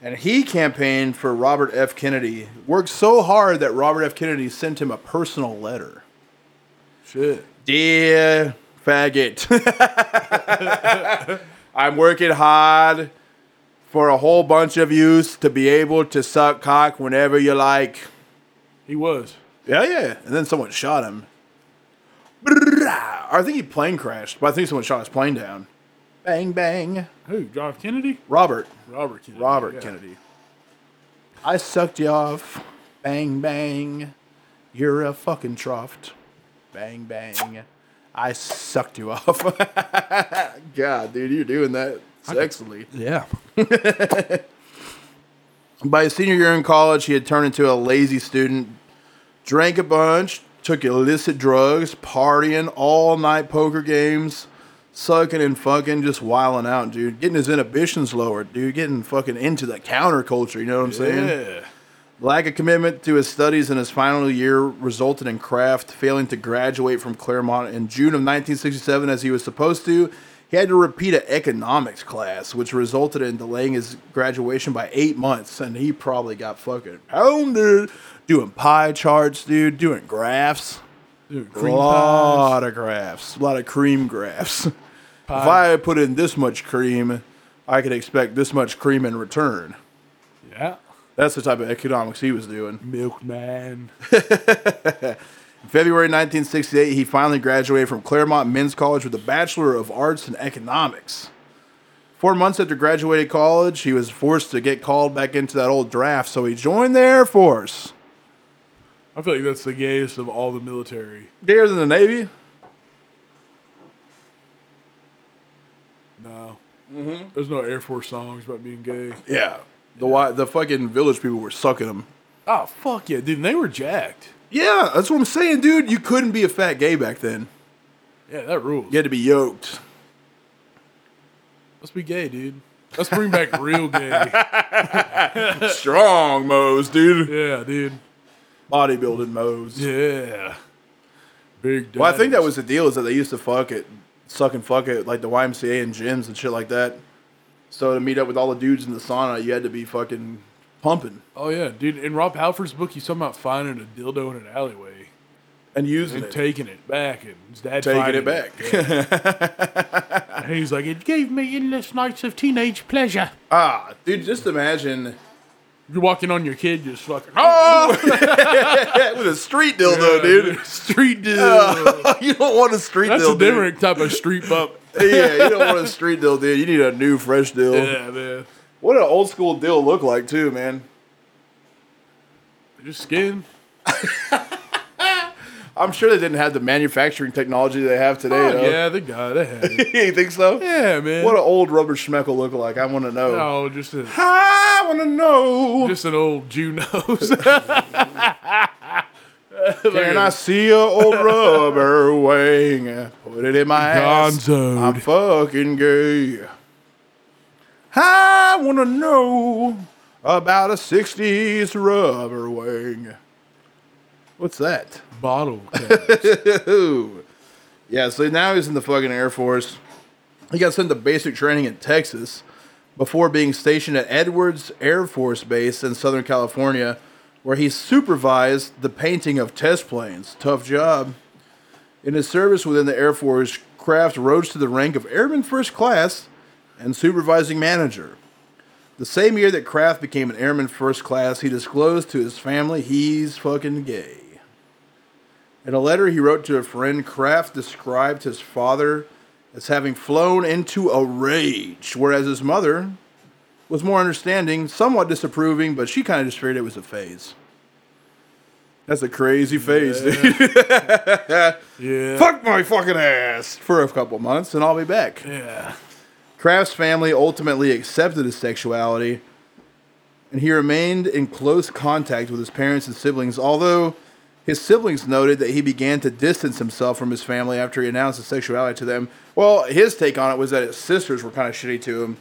[SPEAKER 1] And he campaigned for Robert F. Kennedy. Worked so hard that Robert F. Kennedy sent him a personal letter.
[SPEAKER 3] Shit.
[SPEAKER 1] Dear faggot, [laughs] I'm working hard for a whole bunch of yous to be able to suck cock whenever you like.
[SPEAKER 3] He was.
[SPEAKER 1] Yeah, yeah. And then someone shot him. Brrrah. I think he plane crashed, but I think someone shot his plane down. Bang, bang.
[SPEAKER 3] Who? John F. Kennedy?
[SPEAKER 1] Robert.
[SPEAKER 3] Robert Kennedy.
[SPEAKER 1] Robert
[SPEAKER 3] yeah.
[SPEAKER 1] Kennedy. I sucked you off. Bang, bang. You're a fucking trough. Bang, bang. I sucked you off. [laughs] God, dude, you're doing that sexily.
[SPEAKER 3] Yeah.
[SPEAKER 1] By his senior year in college, he had turned into a lazy student, drank a bunch, took illicit drugs, partying, all night poker games, sucking and fucking, just wiling out, dude. Getting his inhibitions lowered, dude. Getting fucking into the counterculture, you know what I'm saying?
[SPEAKER 3] Yeah.
[SPEAKER 1] Lack of commitment to his studies in his final year resulted in Kraft failing to graduate from Claremont in June of 1967 as he was supposed to. He had to repeat an economics class, which resulted in delaying his graduation by eight months, and he probably got fucking pounded doing pie charts, dude, doing graphs.
[SPEAKER 3] Dude,
[SPEAKER 1] a
[SPEAKER 3] cream
[SPEAKER 1] lot
[SPEAKER 3] pies.
[SPEAKER 1] of graphs, a lot of cream graphs. If I put in this much cream, I could expect this much cream in return.
[SPEAKER 3] Yeah.
[SPEAKER 1] That's the type of economics he was doing.
[SPEAKER 3] Milkman.
[SPEAKER 1] February 1968, he finally graduated from Claremont Men's College with a Bachelor of Arts in Economics. Four months after graduating college, he was forced to get called back into that old draft, so he joined the Air Force.
[SPEAKER 3] I feel like that's the gayest of all the military.
[SPEAKER 1] Gayer than the Navy?
[SPEAKER 3] No. Mm-hmm. There's no Air Force songs about being gay.
[SPEAKER 1] Yeah. The wi- the fucking village people were sucking him.
[SPEAKER 3] Oh, fuck yeah, dude. And they were jacked.
[SPEAKER 1] Yeah, that's what I'm saying, dude. You couldn't be a fat gay back then.
[SPEAKER 3] Yeah, that rules.
[SPEAKER 1] You had to be [laughs] yoked.
[SPEAKER 3] Let's be gay, dude. Let's bring back real gay.
[SPEAKER 1] [laughs] Strong moes, dude.
[SPEAKER 3] Yeah, dude.
[SPEAKER 1] Bodybuilding moes.
[SPEAKER 3] Yeah. Big daddies.
[SPEAKER 1] Well, I think that was the deal is that they used to fuck it, suck and fuck it, like the YMCA and gyms and shit like that. So to meet up with all the dudes in the sauna, you had to be fucking pumping.
[SPEAKER 3] Oh yeah, dude. In Rob Halford's book, he's talking about finding a dildo in an alleyway.
[SPEAKER 1] and using
[SPEAKER 3] and
[SPEAKER 1] it,
[SPEAKER 3] taking it back, and his dad
[SPEAKER 1] taking
[SPEAKER 3] fighting
[SPEAKER 1] it back. [laughs]
[SPEAKER 3] And he's like, "It gave me endless nights of teenage pleasure."
[SPEAKER 1] ah, dude, just
[SPEAKER 3] [laughs]
[SPEAKER 1] imagine
[SPEAKER 3] You're walking on your kid, just fucking
[SPEAKER 1] that with a street dildo, Oh, dude. [laughs] Oh,
[SPEAKER 3] street dude. [laughs]
[SPEAKER 1] you don't want a street
[SPEAKER 3] That's
[SPEAKER 1] dildo.
[SPEAKER 3] a different type of street bump.
[SPEAKER 1] dude. [laughs] yeah, you don't want a street dildo, dude. You need a new, fresh dill.
[SPEAKER 3] yeah, man.
[SPEAKER 1] What an old school dill look like, too, man.
[SPEAKER 3] Just skin.
[SPEAKER 1] I'm sure they didn't have the manufacturing technology they have today.
[SPEAKER 3] Oh,
[SPEAKER 1] though.
[SPEAKER 3] yeah, they got it. had
[SPEAKER 1] [laughs]
[SPEAKER 3] it. [laughs]
[SPEAKER 1] you think so?
[SPEAKER 3] yeah, man.
[SPEAKER 1] What an old rubber schmeckle look like. I want to know.
[SPEAKER 3] oh, just a,
[SPEAKER 1] I want to know.
[SPEAKER 3] just an old Jew nose. [laughs]
[SPEAKER 1] Can I see a old rubber [laughs] wing? Put it in my ass.
[SPEAKER 3] Gonzo'd.
[SPEAKER 1] I'm fucking gay. I want to know about a 60s rubber wing. What's that?
[SPEAKER 3] Bottle. cap.
[SPEAKER 1] Ooh. [laughs] Yeah, so now he's in the fucking Air Force. He got sent to basic training in Texas before being stationed at Edwards Air Force Base in Southern California, where he supervised the painting of test planes. Tough job. In his service within the Air Force, Kraft rose to the rank of Airman First Class and Supervising Manager. The same year that Kraft became an Airman First Class, he disclosed to his family he's fucking gay. In a letter he wrote to a friend, Kraft described his father as having flown into a rage, whereas his mother was more understanding, somewhat disapproving, but she kind of just figured it was a phase. That's a crazy phase, dude. [laughs]
[SPEAKER 3] Yeah.
[SPEAKER 1] Fuck my fucking ass for a couple months, and I'll be back.
[SPEAKER 3] Yeah.
[SPEAKER 1] Kraft's family ultimately accepted his sexuality, and he remained in close contact with his parents and siblings, although his siblings noted that he began to distance himself from his family after he announced his sexuality to them. Well, his take on it was that his sisters were kind of shitty to him.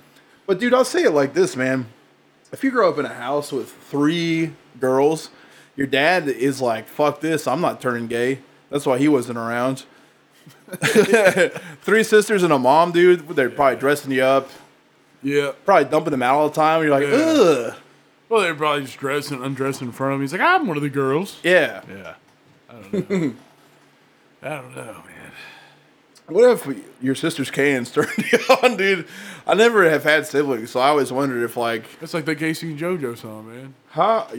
[SPEAKER 1] But, dude, I'll say it like this, man. If you grow up in a house with three girls, your dad is like, fuck this, I'm not turning gay. That's why he wasn't around three sisters and a mom, dude. They're probably dressing you up,
[SPEAKER 3] Yeah.
[SPEAKER 1] probably dumping them out all the time. You're like, ugh.
[SPEAKER 3] Well, they're probably just dressing, and undressing in front of me. He's like, I'm one of the girls.
[SPEAKER 1] Yeah.
[SPEAKER 3] Yeah. [laughs] I don't know. I don't know, man.
[SPEAKER 1] What if your sister's cans turned [laughs] you on, dude? I never have had siblings, so I always wondered if, like,
[SPEAKER 3] It's like the Casey and JoJo song, man.
[SPEAKER 1] how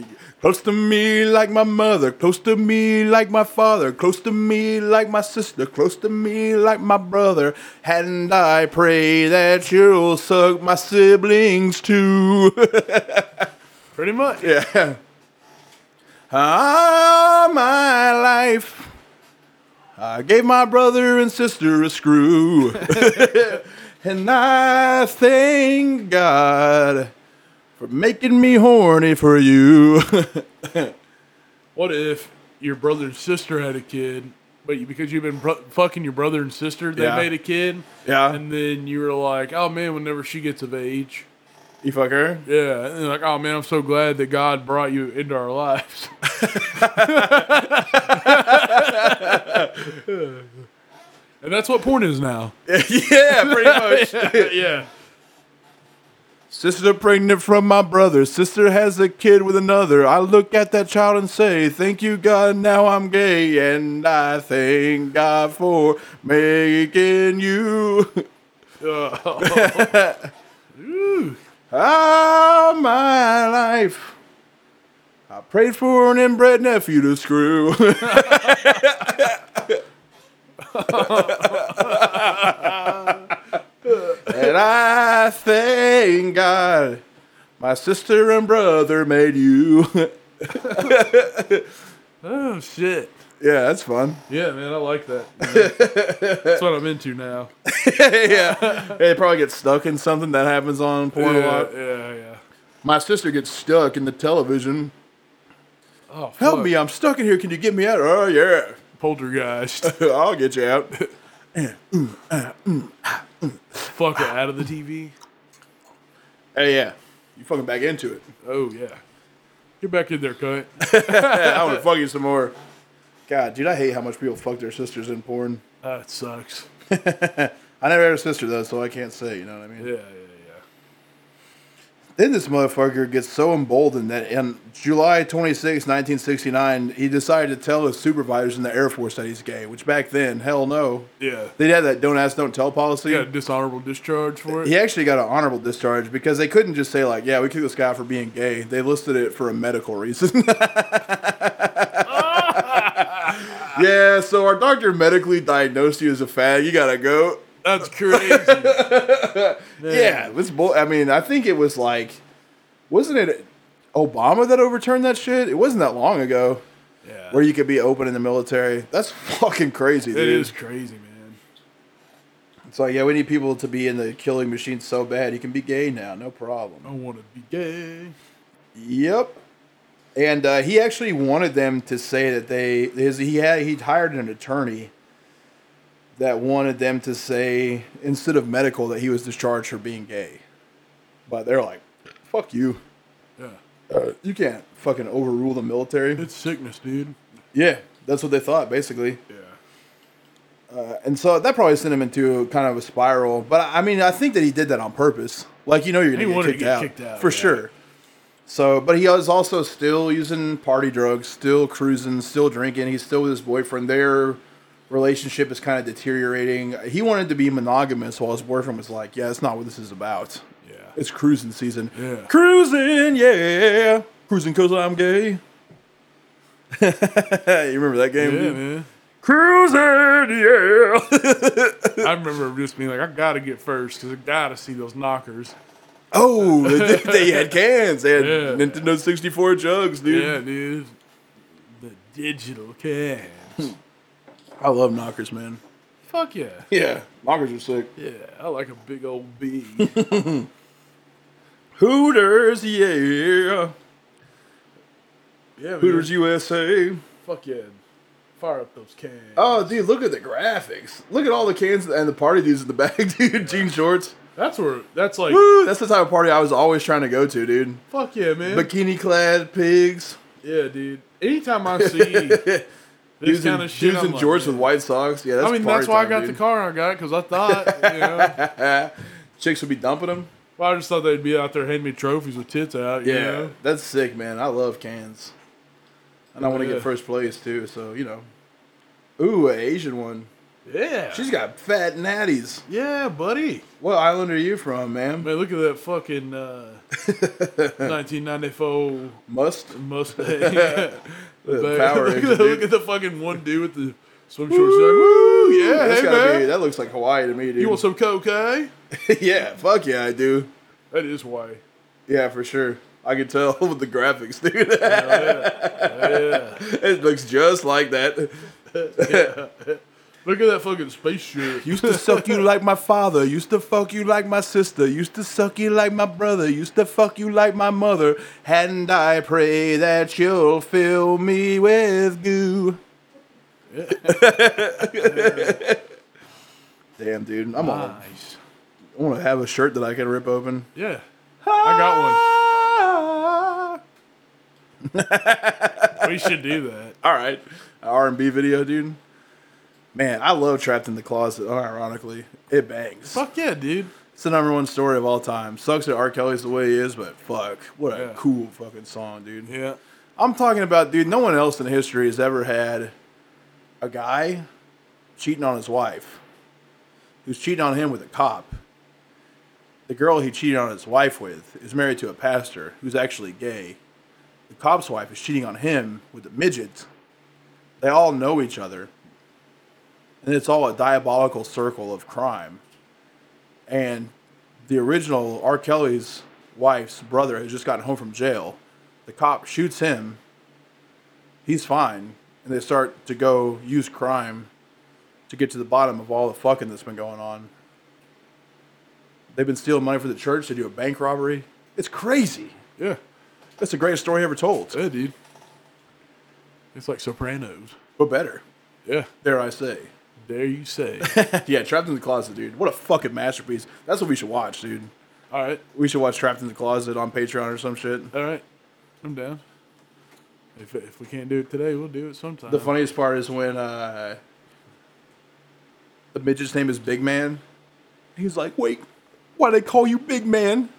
[SPEAKER 1] close to me like my mother, close to me like my father, close to me like my sister, close to me like my brother, and I pray that you'll suck my siblings too. [laughs]
[SPEAKER 3] Pretty much.
[SPEAKER 1] Yeah. [laughs] Ah, my life. I gave my brother and sister a screw. [laughs] and I thank God for making me horny for you. [laughs]
[SPEAKER 3] What if your brother and sister had a kid, but you, because you've been bro- fucking your brother and sister, they
[SPEAKER 1] Yeah.
[SPEAKER 3] made a kid,
[SPEAKER 1] yeah.
[SPEAKER 3] and then you were like, "Oh man, whenever she gets of age,
[SPEAKER 1] you fuck her?
[SPEAKER 3] yeah," and they're like, "Oh man, I'm so glad that God brought you into our lives." [laughs] and that's what porn is now.
[SPEAKER 1] yeah, pretty much.
[SPEAKER 3] yeah.
[SPEAKER 1] Sister pregnant from my brother. Sister has a kid with another. I look at that child and say, Thank you, God, now I'm gay. And I thank God for making you. All Ah, my life. I prayed for an inbred nephew to screw. [laughs] and I thank God my sister and brother made you. [laughs] yeah,
[SPEAKER 3] Oh shit.
[SPEAKER 1] that's fun.
[SPEAKER 3] Yeah, man, I like that. man. [laughs] that's what I'm into now.
[SPEAKER 1] [laughs] yeah. They probably get stuck in something that happens on porn a
[SPEAKER 3] Yeah,
[SPEAKER 1] lot.
[SPEAKER 3] yeah, yeah.
[SPEAKER 1] My sister gets stuck in the television.
[SPEAKER 3] Oh, fuck.
[SPEAKER 1] Help me, I'm stuck in here. Can you get me out? Oh, yeah. [laughs]
[SPEAKER 3] [laughs] poltergeist.
[SPEAKER 1] I'll get you out.
[SPEAKER 3] Fuck it, out of the TV.
[SPEAKER 1] Hey, yeah. You fucking back into it. [laughs]
[SPEAKER 3] Oh yeah, get back in there, cut.
[SPEAKER 1] Yeah, I want to fuck you some more. God, dude, I hate how much people fuck their sisters in porn.
[SPEAKER 3] That Ah, sucks.
[SPEAKER 1] I never had a sister, though, so I can't say, you know what I mean?
[SPEAKER 3] Yeah, yeah, yeah.
[SPEAKER 1] Then this motherfucker gets so emboldened that in July 26, 1969, he decided to tell his supervisors in the Air Force that he's gay, which back then, hell no.
[SPEAKER 3] Yeah.
[SPEAKER 1] They had that don't ask, don't tell policy.
[SPEAKER 3] He got a dishonorable discharge for it.
[SPEAKER 1] He actually got an honorable discharge because they couldn't just say, like, yeah, we kicked this guy for being gay. They listed it for a medical
[SPEAKER 3] [laughs]
[SPEAKER 1] reason. [laughs] yeah, so our doctor medically diagnosed you as a fag. You gotta go.
[SPEAKER 3] That's [laughs] crazy.
[SPEAKER 1] Yeah, this bull. I mean, I think it was like, wasn't it Obama that overturned that shit? It wasn't that long ago
[SPEAKER 3] yeah.
[SPEAKER 1] where you could be open in the military. That's [laughs] fucking crazy, dude.
[SPEAKER 3] It is crazy, man.
[SPEAKER 1] It's like, yeah, we need people to be in the killing machine so bad. You can be gay now, no problem.
[SPEAKER 3] I want to be gay.
[SPEAKER 1] Yep. And uh, he actually wanted them to say that they his, he had he hired an attorney that wanted them to say instead of medical that he was discharged for being gay, but they're like, "Fuck you,
[SPEAKER 3] Yeah.
[SPEAKER 1] you can't fucking overrule the military."
[SPEAKER 3] It's sickness, dude.
[SPEAKER 1] Yeah, that's what they thought basically.
[SPEAKER 3] Yeah.
[SPEAKER 1] And so that probably sent him into kind of a spiral. But I I mean, I think that he did that on purpose. Like you know, you're
[SPEAKER 3] He
[SPEAKER 1] gonna get,
[SPEAKER 3] wanted to
[SPEAKER 1] kicked,
[SPEAKER 3] get
[SPEAKER 1] out,
[SPEAKER 3] kicked out,
[SPEAKER 1] for
[SPEAKER 3] yeah.
[SPEAKER 1] sure. So, but he was also still using party drugs, still cruising, still drinking. He's still with his boyfriend. Their relationship is kind of deteriorating. He wanted to be monogamous, while his boyfriend was like, "Yeah, that's not what this is about.
[SPEAKER 3] Yeah.
[SPEAKER 1] It's cruising season.
[SPEAKER 3] Yeah.
[SPEAKER 1] Cruising, yeah, cruising because I'm gay." [laughs] you remember that game?
[SPEAKER 3] Yeah,
[SPEAKER 1] dude?
[SPEAKER 3] man.
[SPEAKER 1] Cruising, yeah.
[SPEAKER 3] I remember just being like, I gotta get first because I gotta see those knockers.
[SPEAKER 1] [laughs] Oh, they, they had cans. They had
[SPEAKER 3] Yeah.
[SPEAKER 1] Nintendo 64 jugs, dude.
[SPEAKER 3] Yeah, dude. The digital cans.
[SPEAKER 1] I love knockers, man.
[SPEAKER 3] Fuck yeah.
[SPEAKER 1] Yeah, knockers are sick.
[SPEAKER 3] Yeah, I like a big old
[SPEAKER 1] [laughs]
[SPEAKER 3] bee.
[SPEAKER 1] Hooters, yeah.
[SPEAKER 3] yeah, man.
[SPEAKER 1] Hooters USA.
[SPEAKER 3] Fuck yeah. Fire up those cans.
[SPEAKER 1] Oh, dude, look at the graphics. Look at all the cans and the party dudes in the back, [laughs] dude. Jean shorts.
[SPEAKER 3] That's where, that's like,
[SPEAKER 1] Woo, that's the type of party I was always trying to go to, dude.
[SPEAKER 3] fuck yeah, man.
[SPEAKER 1] Bikini clad pigs. [laughs]
[SPEAKER 3] yeah, dude. Anytime I see this
[SPEAKER 1] Dudes
[SPEAKER 3] kind
[SPEAKER 1] in,
[SPEAKER 3] of shit,
[SPEAKER 1] dudes
[SPEAKER 3] I'm
[SPEAKER 1] in
[SPEAKER 3] like,
[SPEAKER 1] George
[SPEAKER 3] man.
[SPEAKER 1] with white socks. Yeah, that's
[SPEAKER 3] I mean,
[SPEAKER 1] party
[SPEAKER 3] that's why I
[SPEAKER 1] time,
[SPEAKER 3] got
[SPEAKER 1] dude.
[SPEAKER 3] the car I got because I thought,
[SPEAKER 1] [laughs]
[SPEAKER 3] you know,
[SPEAKER 1] Chicks would be dumping them.
[SPEAKER 3] well, I just thought they'd be out there handing me trophies with tits out. You
[SPEAKER 1] Yeah,
[SPEAKER 3] know?
[SPEAKER 1] that's sick, man. I love cans, and I
[SPEAKER 3] Oh,
[SPEAKER 1] want to
[SPEAKER 3] yeah.
[SPEAKER 1] get first place too. So you know, ooh, an Asian one.
[SPEAKER 3] Yeah.
[SPEAKER 1] She's got fat natties.
[SPEAKER 3] yeah, buddy.
[SPEAKER 1] What island are you from, ma'am?
[SPEAKER 3] Man, look at that fucking uh,
[SPEAKER 1] [laughs]
[SPEAKER 3] 1994
[SPEAKER 1] Must [laughs]
[SPEAKER 3] Mustang. [laughs] The
[SPEAKER 1] the
[SPEAKER 3] [laughs] back-
[SPEAKER 1] power.
[SPEAKER 3] look, at
[SPEAKER 1] Asian,
[SPEAKER 3] the, look
[SPEAKER 1] dude.
[SPEAKER 3] at the fucking one dude with the swim shorts. He's like, Woo, yeah,
[SPEAKER 1] That's
[SPEAKER 3] hey
[SPEAKER 1] gotta
[SPEAKER 3] man,
[SPEAKER 1] be- that looks like Hawaii to me, dude.
[SPEAKER 3] you want some cocaine?
[SPEAKER 1] [laughs] yeah, fuck yeah, I do.
[SPEAKER 3] That is why.
[SPEAKER 1] Yeah, for sure. I could tell [laughs] with the graphics, dude. [laughs]
[SPEAKER 3] Oh,
[SPEAKER 1] it looks just like that.
[SPEAKER 3] Look at that fucking spaceship.
[SPEAKER 1] Used to suck you like my father. Used to fuck you like my sister. Used to suck you like my brother. Used to fuck you like my mother. And I pray that you'll fill me with [laughs] goo. Damn, dude. I'm on.
[SPEAKER 3] nice.
[SPEAKER 1] I want to have a shirt that I can rip open.
[SPEAKER 3] Yeah, I
[SPEAKER 1] Ah.
[SPEAKER 3] got one. [laughs] We should do that.
[SPEAKER 1] All right, R and B video, dude. Man, I love Trapped in the Closet. Unironically, it bangs.
[SPEAKER 3] Fuck yeah, dude.
[SPEAKER 1] It's the number one story of all time. Sucks that R. Kelly's the way he is, but fuck, what a
[SPEAKER 3] Yeah.
[SPEAKER 1] cool fucking song, dude.
[SPEAKER 3] Yeah.
[SPEAKER 1] I'm talking about, dude. No one else in history has ever had a guy cheating on his wife, who's cheating on him with a cop. The girl he cheated on his wife with is married to a pastor who's actually gay. The cop's wife is cheating on him with a midget. They all know each other. And it's all a diabolical circle of crime. And the original R. Kelly's wife's brother has just gotten home from jail. The cop shoots him. He's fine. And they start to go use crime to get to the bottom of all the fucking that's been going on. They've been stealing money for the church to do a bank robbery. It's crazy.
[SPEAKER 3] Yeah.
[SPEAKER 1] That's the greatest story ever told,
[SPEAKER 3] Yeah, dude. It's like Sopranos.
[SPEAKER 1] but better,
[SPEAKER 3] Yeah.
[SPEAKER 1] dare I say. [laughs]
[SPEAKER 3] Dare you say?
[SPEAKER 1] yeah, Trapped in the Closet, dude. What a fucking masterpiece. That's what we should watch, dude.
[SPEAKER 3] all right.
[SPEAKER 1] We should watch Trapped in the Closet on Patreon or some shit.
[SPEAKER 3] All right. I'm down. If, if we can't do it today, we'll do it sometime.
[SPEAKER 1] The funniest part is when uh, the midget's name is Big Man. He's like, wait, why they call you Big Man?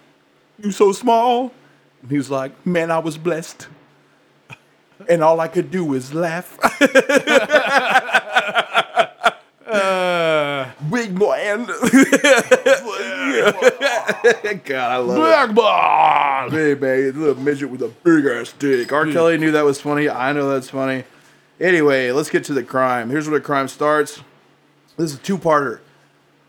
[SPEAKER 1] You so small. And he was like, Man, I was blessed. And all I could do is laugh. [laughs] Big man. [laughs] God, I
[SPEAKER 3] [laughs]
[SPEAKER 1] love it.
[SPEAKER 3] Blackball.
[SPEAKER 1] Hey, man, little midget with a big ass dick.
[SPEAKER 3] Hmm.
[SPEAKER 1] R. Kelly knew that was funny. I know that's funny. Anyway, let's get to the crime. Here's where the crime starts. This is a two parter.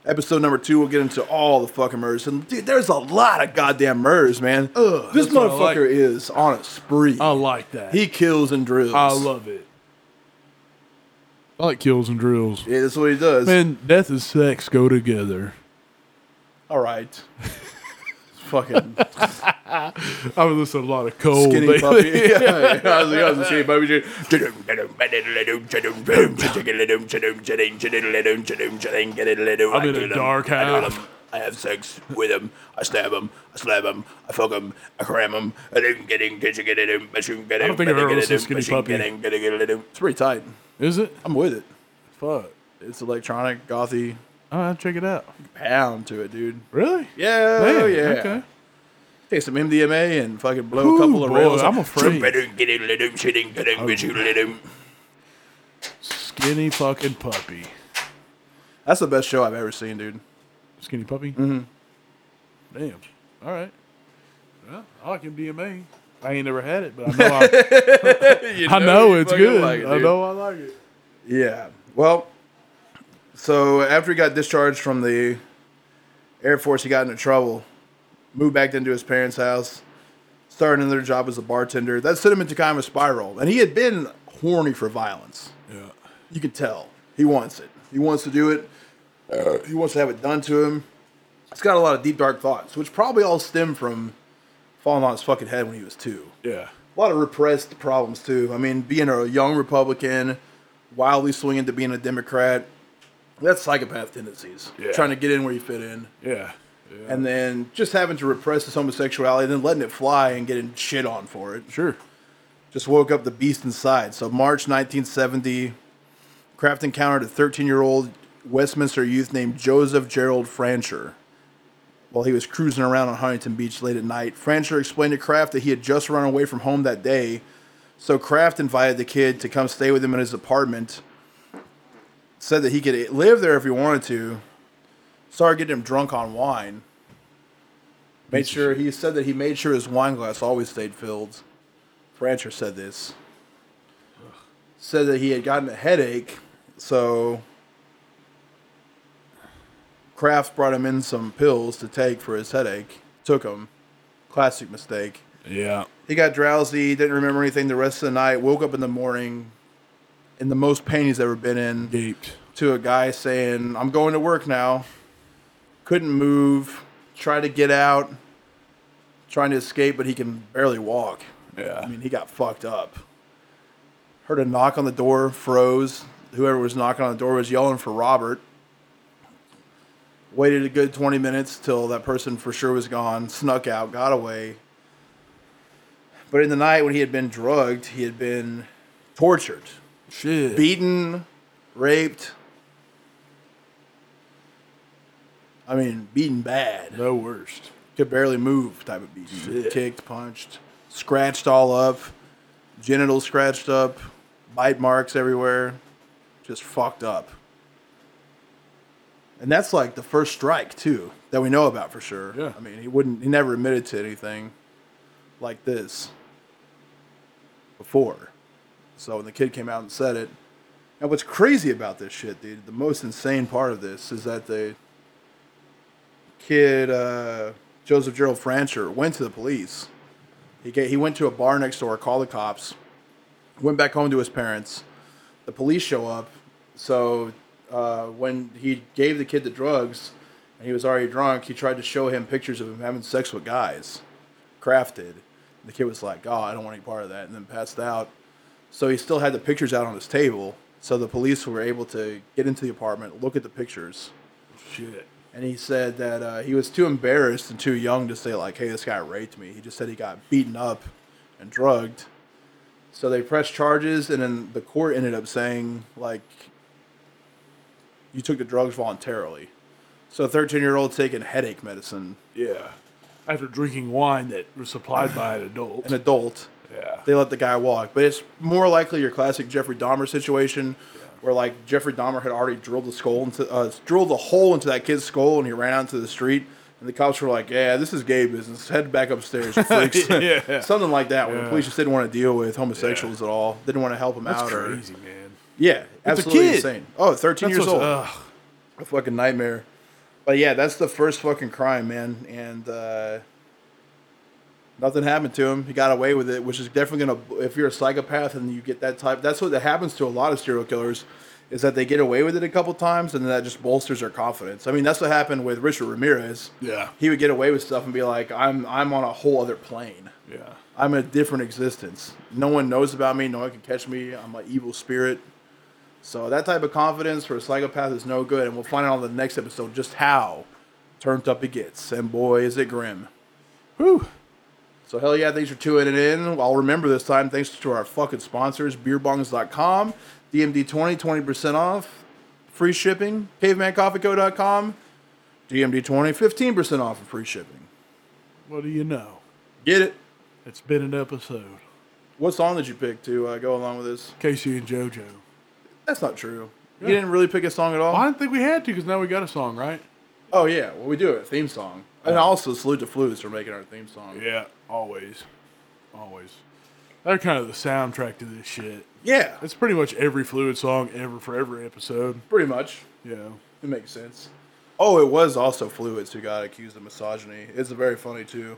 [SPEAKER 1] Episode number two, we'll get into all the fucking murders. And dude, there's a lot of goddamn murders, man.
[SPEAKER 3] Ugh,
[SPEAKER 1] this
[SPEAKER 3] that's what I
[SPEAKER 1] motherfucker
[SPEAKER 3] like.
[SPEAKER 1] is on a spree.
[SPEAKER 3] I like that.
[SPEAKER 1] he kills and drills.
[SPEAKER 3] I love it. I like kills and drills.
[SPEAKER 1] Yeah, that's what he does.
[SPEAKER 3] Man, death and sex go together.
[SPEAKER 1] All right. [laughs] fucking
[SPEAKER 3] I would listen to a lot of cold.
[SPEAKER 1] skinny
[SPEAKER 3] lately.
[SPEAKER 1] puppy. [laughs] yeah, yeah, I was like, I was a skinny puppy. dude.
[SPEAKER 2] I'm
[SPEAKER 3] I'm in a dark house.
[SPEAKER 2] I have sex with him. I stab him. I slap him. I fuck him. I cram him. I don't get him. Get him. Get him. I shouldn't get him.
[SPEAKER 3] don't think I've ever
[SPEAKER 2] get
[SPEAKER 3] listened to
[SPEAKER 2] him,
[SPEAKER 3] Skinny
[SPEAKER 2] I shouldn't
[SPEAKER 3] Puppy.
[SPEAKER 2] Get him. Get him. Get him.
[SPEAKER 1] It's pretty tight.
[SPEAKER 3] [laughs] Is it?
[SPEAKER 1] I'm with it.
[SPEAKER 3] Fuck.
[SPEAKER 1] It's electronic, gothy,
[SPEAKER 3] All right, check it out.
[SPEAKER 1] pound to it, dude.
[SPEAKER 3] Really?
[SPEAKER 1] Yeah,
[SPEAKER 3] Man,
[SPEAKER 1] oh yeah.
[SPEAKER 3] Okay.
[SPEAKER 1] Take some MDMA and fucking blow a couple of
[SPEAKER 3] boy,
[SPEAKER 1] rails.
[SPEAKER 3] I'm afraid.
[SPEAKER 2] Get him. Get him. Get him. Get him. Get him. Get him. Get him.
[SPEAKER 3] Skinny fucking puppy.
[SPEAKER 1] That's the best show I've ever seen, dude.
[SPEAKER 3] Skinny puppy? Mm-hmm. Damn. All right. Well, I like MDMA. I ain't never had it, but I
[SPEAKER 1] [laughs]
[SPEAKER 3] know I, I know
[SPEAKER 1] you
[SPEAKER 3] it's
[SPEAKER 1] fucking
[SPEAKER 3] good.
[SPEAKER 1] like it,
[SPEAKER 3] I
[SPEAKER 1] dude.
[SPEAKER 3] know I like it.
[SPEAKER 1] Yeah. Well, so after he got discharged from the Air Force, he got into trouble. Moved back into his parents' house. Started another job as a bartender. That sent him into kind of a spiral. And he had been horny for violence.
[SPEAKER 3] Yeah.
[SPEAKER 1] You can tell. He wants it. He wants to do it. Uh, he wants to have it done to him. He's got a lot of deep, dark thoughts, which probably all stem from falling on his fucking head when he was two
[SPEAKER 3] Yeah.
[SPEAKER 1] a lot of repressed problems too. I mean, being a young Republican, wildly swinging to being a Democrat, that's psychopath tendencies.
[SPEAKER 3] Yeah.
[SPEAKER 1] Trying to get in where you fit in,
[SPEAKER 3] Yeah. Yeah.
[SPEAKER 1] and then just having to repress his homosexuality, and then letting it fly and getting shit on for it.
[SPEAKER 3] Sure.
[SPEAKER 1] Just woke up the beast inside. So March 1970, Kraft encountered a 13-year-old Westminster youth named Joseph Gerald Francher. While he was cruising around on Huntington Beach late at night, Francher explained to Kraft that he had just run away from home that day so Kraft invited the kid to come stay with him in his apartment. Said that he could live there if he wanted to. Started getting him drunk on wine. Made sure he said that he made sure his wine glass always stayed filled. Francher said this. Said that he had gotten a headache, so Kraft brought him in some pills to take for his headache. Took them. Classic mistake.
[SPEAKER 3] Yeah.
[SPEAKER 1] He got drowsy, didn't remember anything the rest of the night, woke up in the morning in the most pain he's ever been in
[SPEAKER 3] Gaped.
[SPEAKER 1] to a guy saying, I'm going to work now. Couldn't move, tried to get out, trying to escape, but he can barely walk.
[SPEAKER 3] Yeah.
[SPEAKER 1] I mean, he got fucked up. Heard a knock on the door, froze. Whoever was knocking on the door was yelling for Robert. Waited a good 20 minutes till that person for sure was gone, snuck out, got away. But in the night when he had been drugged, he had been tortured,
[SPEAKER 3] Shit.
[SPEAKER 1] beaten, raped. I mean, beaten bad
[SPEAKER 3] no worst.
[SPEAKER 1] could barely move type of beat. Kicked, punched, scratched all up, genitals scratched up, bite marks everywhere, just fucked up. And that's like the first strike too that we know about for sure.
[SPEAKER 3] Yeah.
[SPEAKER 1] I mean, he wouldn't he never admitted to anything like this before. So when the kid came out and said it, and what's crazy about this shit, dude, the most insane part of this is that the kid, uh, Joseph Gerald Francher, went to the police. He, ga he went to a bar next door, called the cops, went back home to his parents. The police show up. So uh, when he gave the kid the drugs and he was already drunk, he tried to show him pictures of him having sex with guys. Crafted. The kid was like, oh, I don't want any part of that, and then passed out. So he still had the pictures out on his table. So the police were able to get into the apartment, look at the pictures,
[SPEAKER 3] Shit.
[SPEAKER 1] and he said that uh, he was too embarrassed and too young to say like, "Hey, this guy raped me." He just said he got beaten up and drugged. So they pressed charges, and then the court ended up saying like, "You took the drugs voluntarily." So, thirteen-year-old taking headache medicine
[SPEAKER 3] Yeah. after drinking wine that was supplied by an adult.
[SPEAKER 1] an adult.
[SPEAKER 3] Yeah.
[SPEAKER 1] They let the guy walk. But it's more likely your classic Jeffrey Dahmer situation where like Jeffrey Dahmer had already drilled the skull into uh, drilled a hole into that kid's skull and he ran out into the street and the cops were like, Yeah, this is gay business. Head back
[SPEAKER 3] [laughs]
[SPEAKER 1] upstairs, you freaks. [laughs]
[SPEAKER 3] Yeah.
[SPEAKER 1] Something like that where the
[SPEAKER 3] Yeah.
[SPEAKER 1] police just didn't want to deal with homosexuals at all. Didn't want to help him out
[SPEAKER 3] That's
[SPEAKER 1] or
[SPEAKER 3] crazy, man.
[SPEAKER 1] Yeah,
[SPEAKER 3] It's a
[SPEAKER 1] absolutely
[SPEAKER 3] kid.
[SPEAKER 1] insane. Oh, 13
[SPEAKER 3] That's
[SPEAKER 1] years
[SPEAKER 3] what's-
[SPEAKER 1] old.
[SPEAKER 3] ugh.
[SPEAKER 1] a fucking nightmare. But yeah, that's the first fucking crime, man. And uh, nothing happened to him. He got away with it, which is definitely gonna. If you're a psychopath and you get that type, that's what that happens to a lot of serial killers, is that they get away with it a couple times, and then that just bolsters their confidence. I mean, that's what happened with Richard Ramirez.
[SPEAKER 3] Yeah.
[SPEAKER 1] he would get away with stuff and be like, "I'm I'm on a whole other plane.
[SPEAKER 3] Yeah.
[SPEAKER 1] I'm a different existence. No one knows about me. No one can catch me. I'm an evil spirit." So that type of confidence for a psychopath is no good, and we'll find out on the next episode just how turned up it gets. And boy, is it grim.
[SPEAKER 3] Whew.
[SPEAKER 1] So hell yeah, thanks for tuning in. I'll remember this time, thanks to our fucking sponsors, beerbongs.com, DMD20, 20% off, free shipping, cavemancoffeeco.com, DMD20, 15% off of free shipping.
[SPEAKER 3] What do you know?
[SPEAKER 1] Get it.
[SPEAKER 3] It's been an episode.
[SPEAKER 1] What song did you pick to uh, go along with this?
[SPEAKER 3] Casey and JoJo.
[SPEAKER 1] That's not true. You didn't really pick a song at all?
[SPEAKER 3] I didn't think we had to because now we got a song, right?
[SPEAKER 1] Oh yeah, well we do it, theme song. And also salute to Flutes for making our theme song.
[SPEAKER 3] Yeah, always. Always. They're kind of the soundtrack to this shit.
[SPEAKER 1] Yeah,
[SPEAKER 3] It's pretty much every fluid song ever for every episode.
[SPEAKER 1] pretty much.
[SPEAKER 3] Yeah.
[SPEAKER 1] It makes sense. Oh, it was also Fluids who got accused of misogyny. It's very funny too.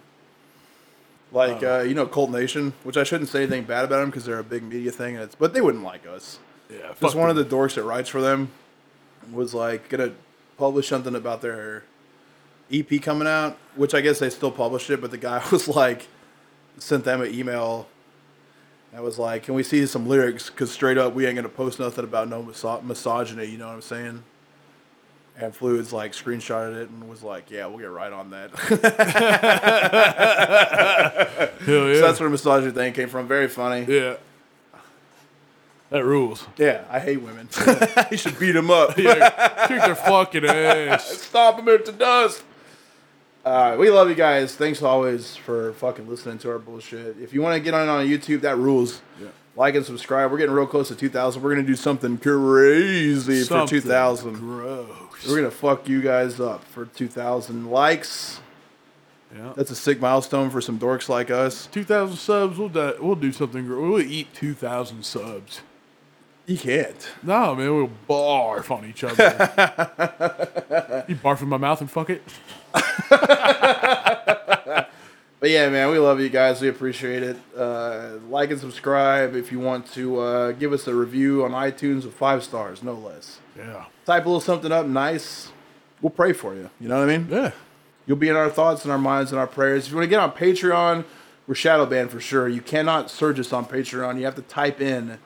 [SPEAKER 1] Like uh, you know, Cold Nation, which I shouldn't say anything bad about them because they're a big media thing, and it's but they wouldn't like us.
[SPEAKER 3] Yeah.
[SPEAKER 1] Just one of the dorks that writes for them was like gonna publish something about their EP coming out, which I guess they still published it, but the guy [laughs] was like sent them an email that was like, "Can we see some lyrics? Because straight up, we ain't gonna post nothing about no miso- misogyny." You know what I'm saying? And Fluids like screenshotted it and was like, "Yeah, we'll get right on that." [laughs] so
[SPEAKER 3] Hell yeah.
[SPEAKER 1] that's where the misogyny thing came from. Very funny. Yeah,
[SPEAKER 3] yeah. That rules.
[SPEAKER 1] I hate women. [laughs] you should beat them up.
[SPEAKER 3] Yeah, Kick their [laughs] fucking ass.
[SPEAKER 1] Stop them into dust. Uh, we love you guys. Thanks always for fucking listening to our bullshit. If you want to get on on YouTube, that rules.
[SPEAKER 3] Yeah.
[SPEAKER 1] Like and subscribe. We're getting real close to 2,000. We're gonna do something crazy for
[SPEAKER 3] Something
[SPEAKER 1] 2,000.
[SPEAKER 3] Gross.
[SPEAKER 1] We're gonna fuck you guys up for 2,000 likes.
[SPEAKER 3] Yeah.
[SPEAKER 1] That's a sick milestone for some dorks like us.
[SPEAKER 3] Two thousand subs. We'll do, we'll do something. gr- We'll eat two thousand subs.
[SPEAKER 1] You can't.
[SPEAKER 3] No man, we'll barf on [laughs] each other. you barf in my mouth and fuck it.
[SPEAKER 1] But yeah, man, we love you guys. We appreciate it. Uh, like and subscribe if you want to uh, give us a review on iTunes with five stars, no less.
[SPEAKER 3] Yeah.
[SPEAKER 1] Type a little something up nice. We'll pray for you. You know what I mean?
[SPEAKER 3] Yeah.
[SPEAKER 1] You'll be in our thoughts and our minds and our prayers. If you want to get on Patreon, we're shadow banned for sure. You cannot search us on Patreon. You have to type in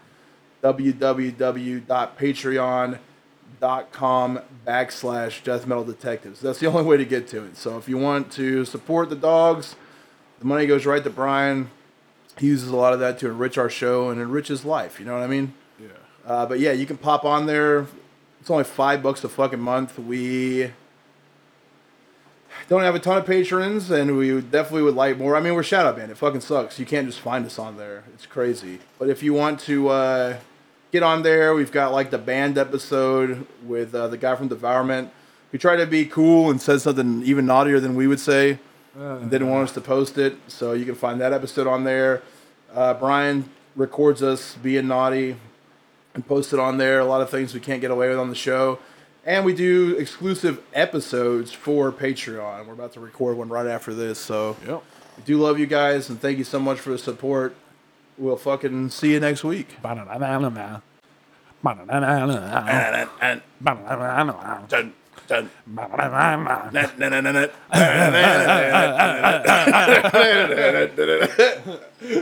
[SPEAKER 1] www.patreon.com backslash death metal detectives. That's the only way to get to it. So if you want to support the dogs, the money goes right to Brian. He uses a lot of that to enrich our show and enrich his life. You know what I mean?
[SPEAKER 3] Yeah.
[SPEAKER 1] Uh, but yeah, you can pop on there. It's only five bucks a fucking month. We don't have a ton of patrons, and we would- definitely would like more. I mean, we're shadow banned. It fucking sucks. You can't just find us on there. It's crazy. But if you want to uh, get on there, we've got like the band episode with uh, the guy from Devourment. who tried to be cool and said something even naughtier than we would say. and didn't want us to post it, so you can find that episode on there. Uh, Brian records us being naughty and post it on there. A lot of things we can't get away with on the show. And we do exclusive episodes for Patreon. We're about to record one right after this. So
[SPEAKER 3] Yep.
[SPEAKER 1] we do love you guys and thank you so much for the support. We'll fucking see you next week.
[SPEAKER 5] Ba-da-da-da-da-da. Ba-da-da-da-da-da.
[SPEAKER 2] And, and,
[SPEAKER 5] Ba-da-da-da-da-da.
[SPEAKER 2] and, and,
[SPEAKER 5] Ba-da-da-da-da-da.
[SPEAKER 2] and, and, and, and, and.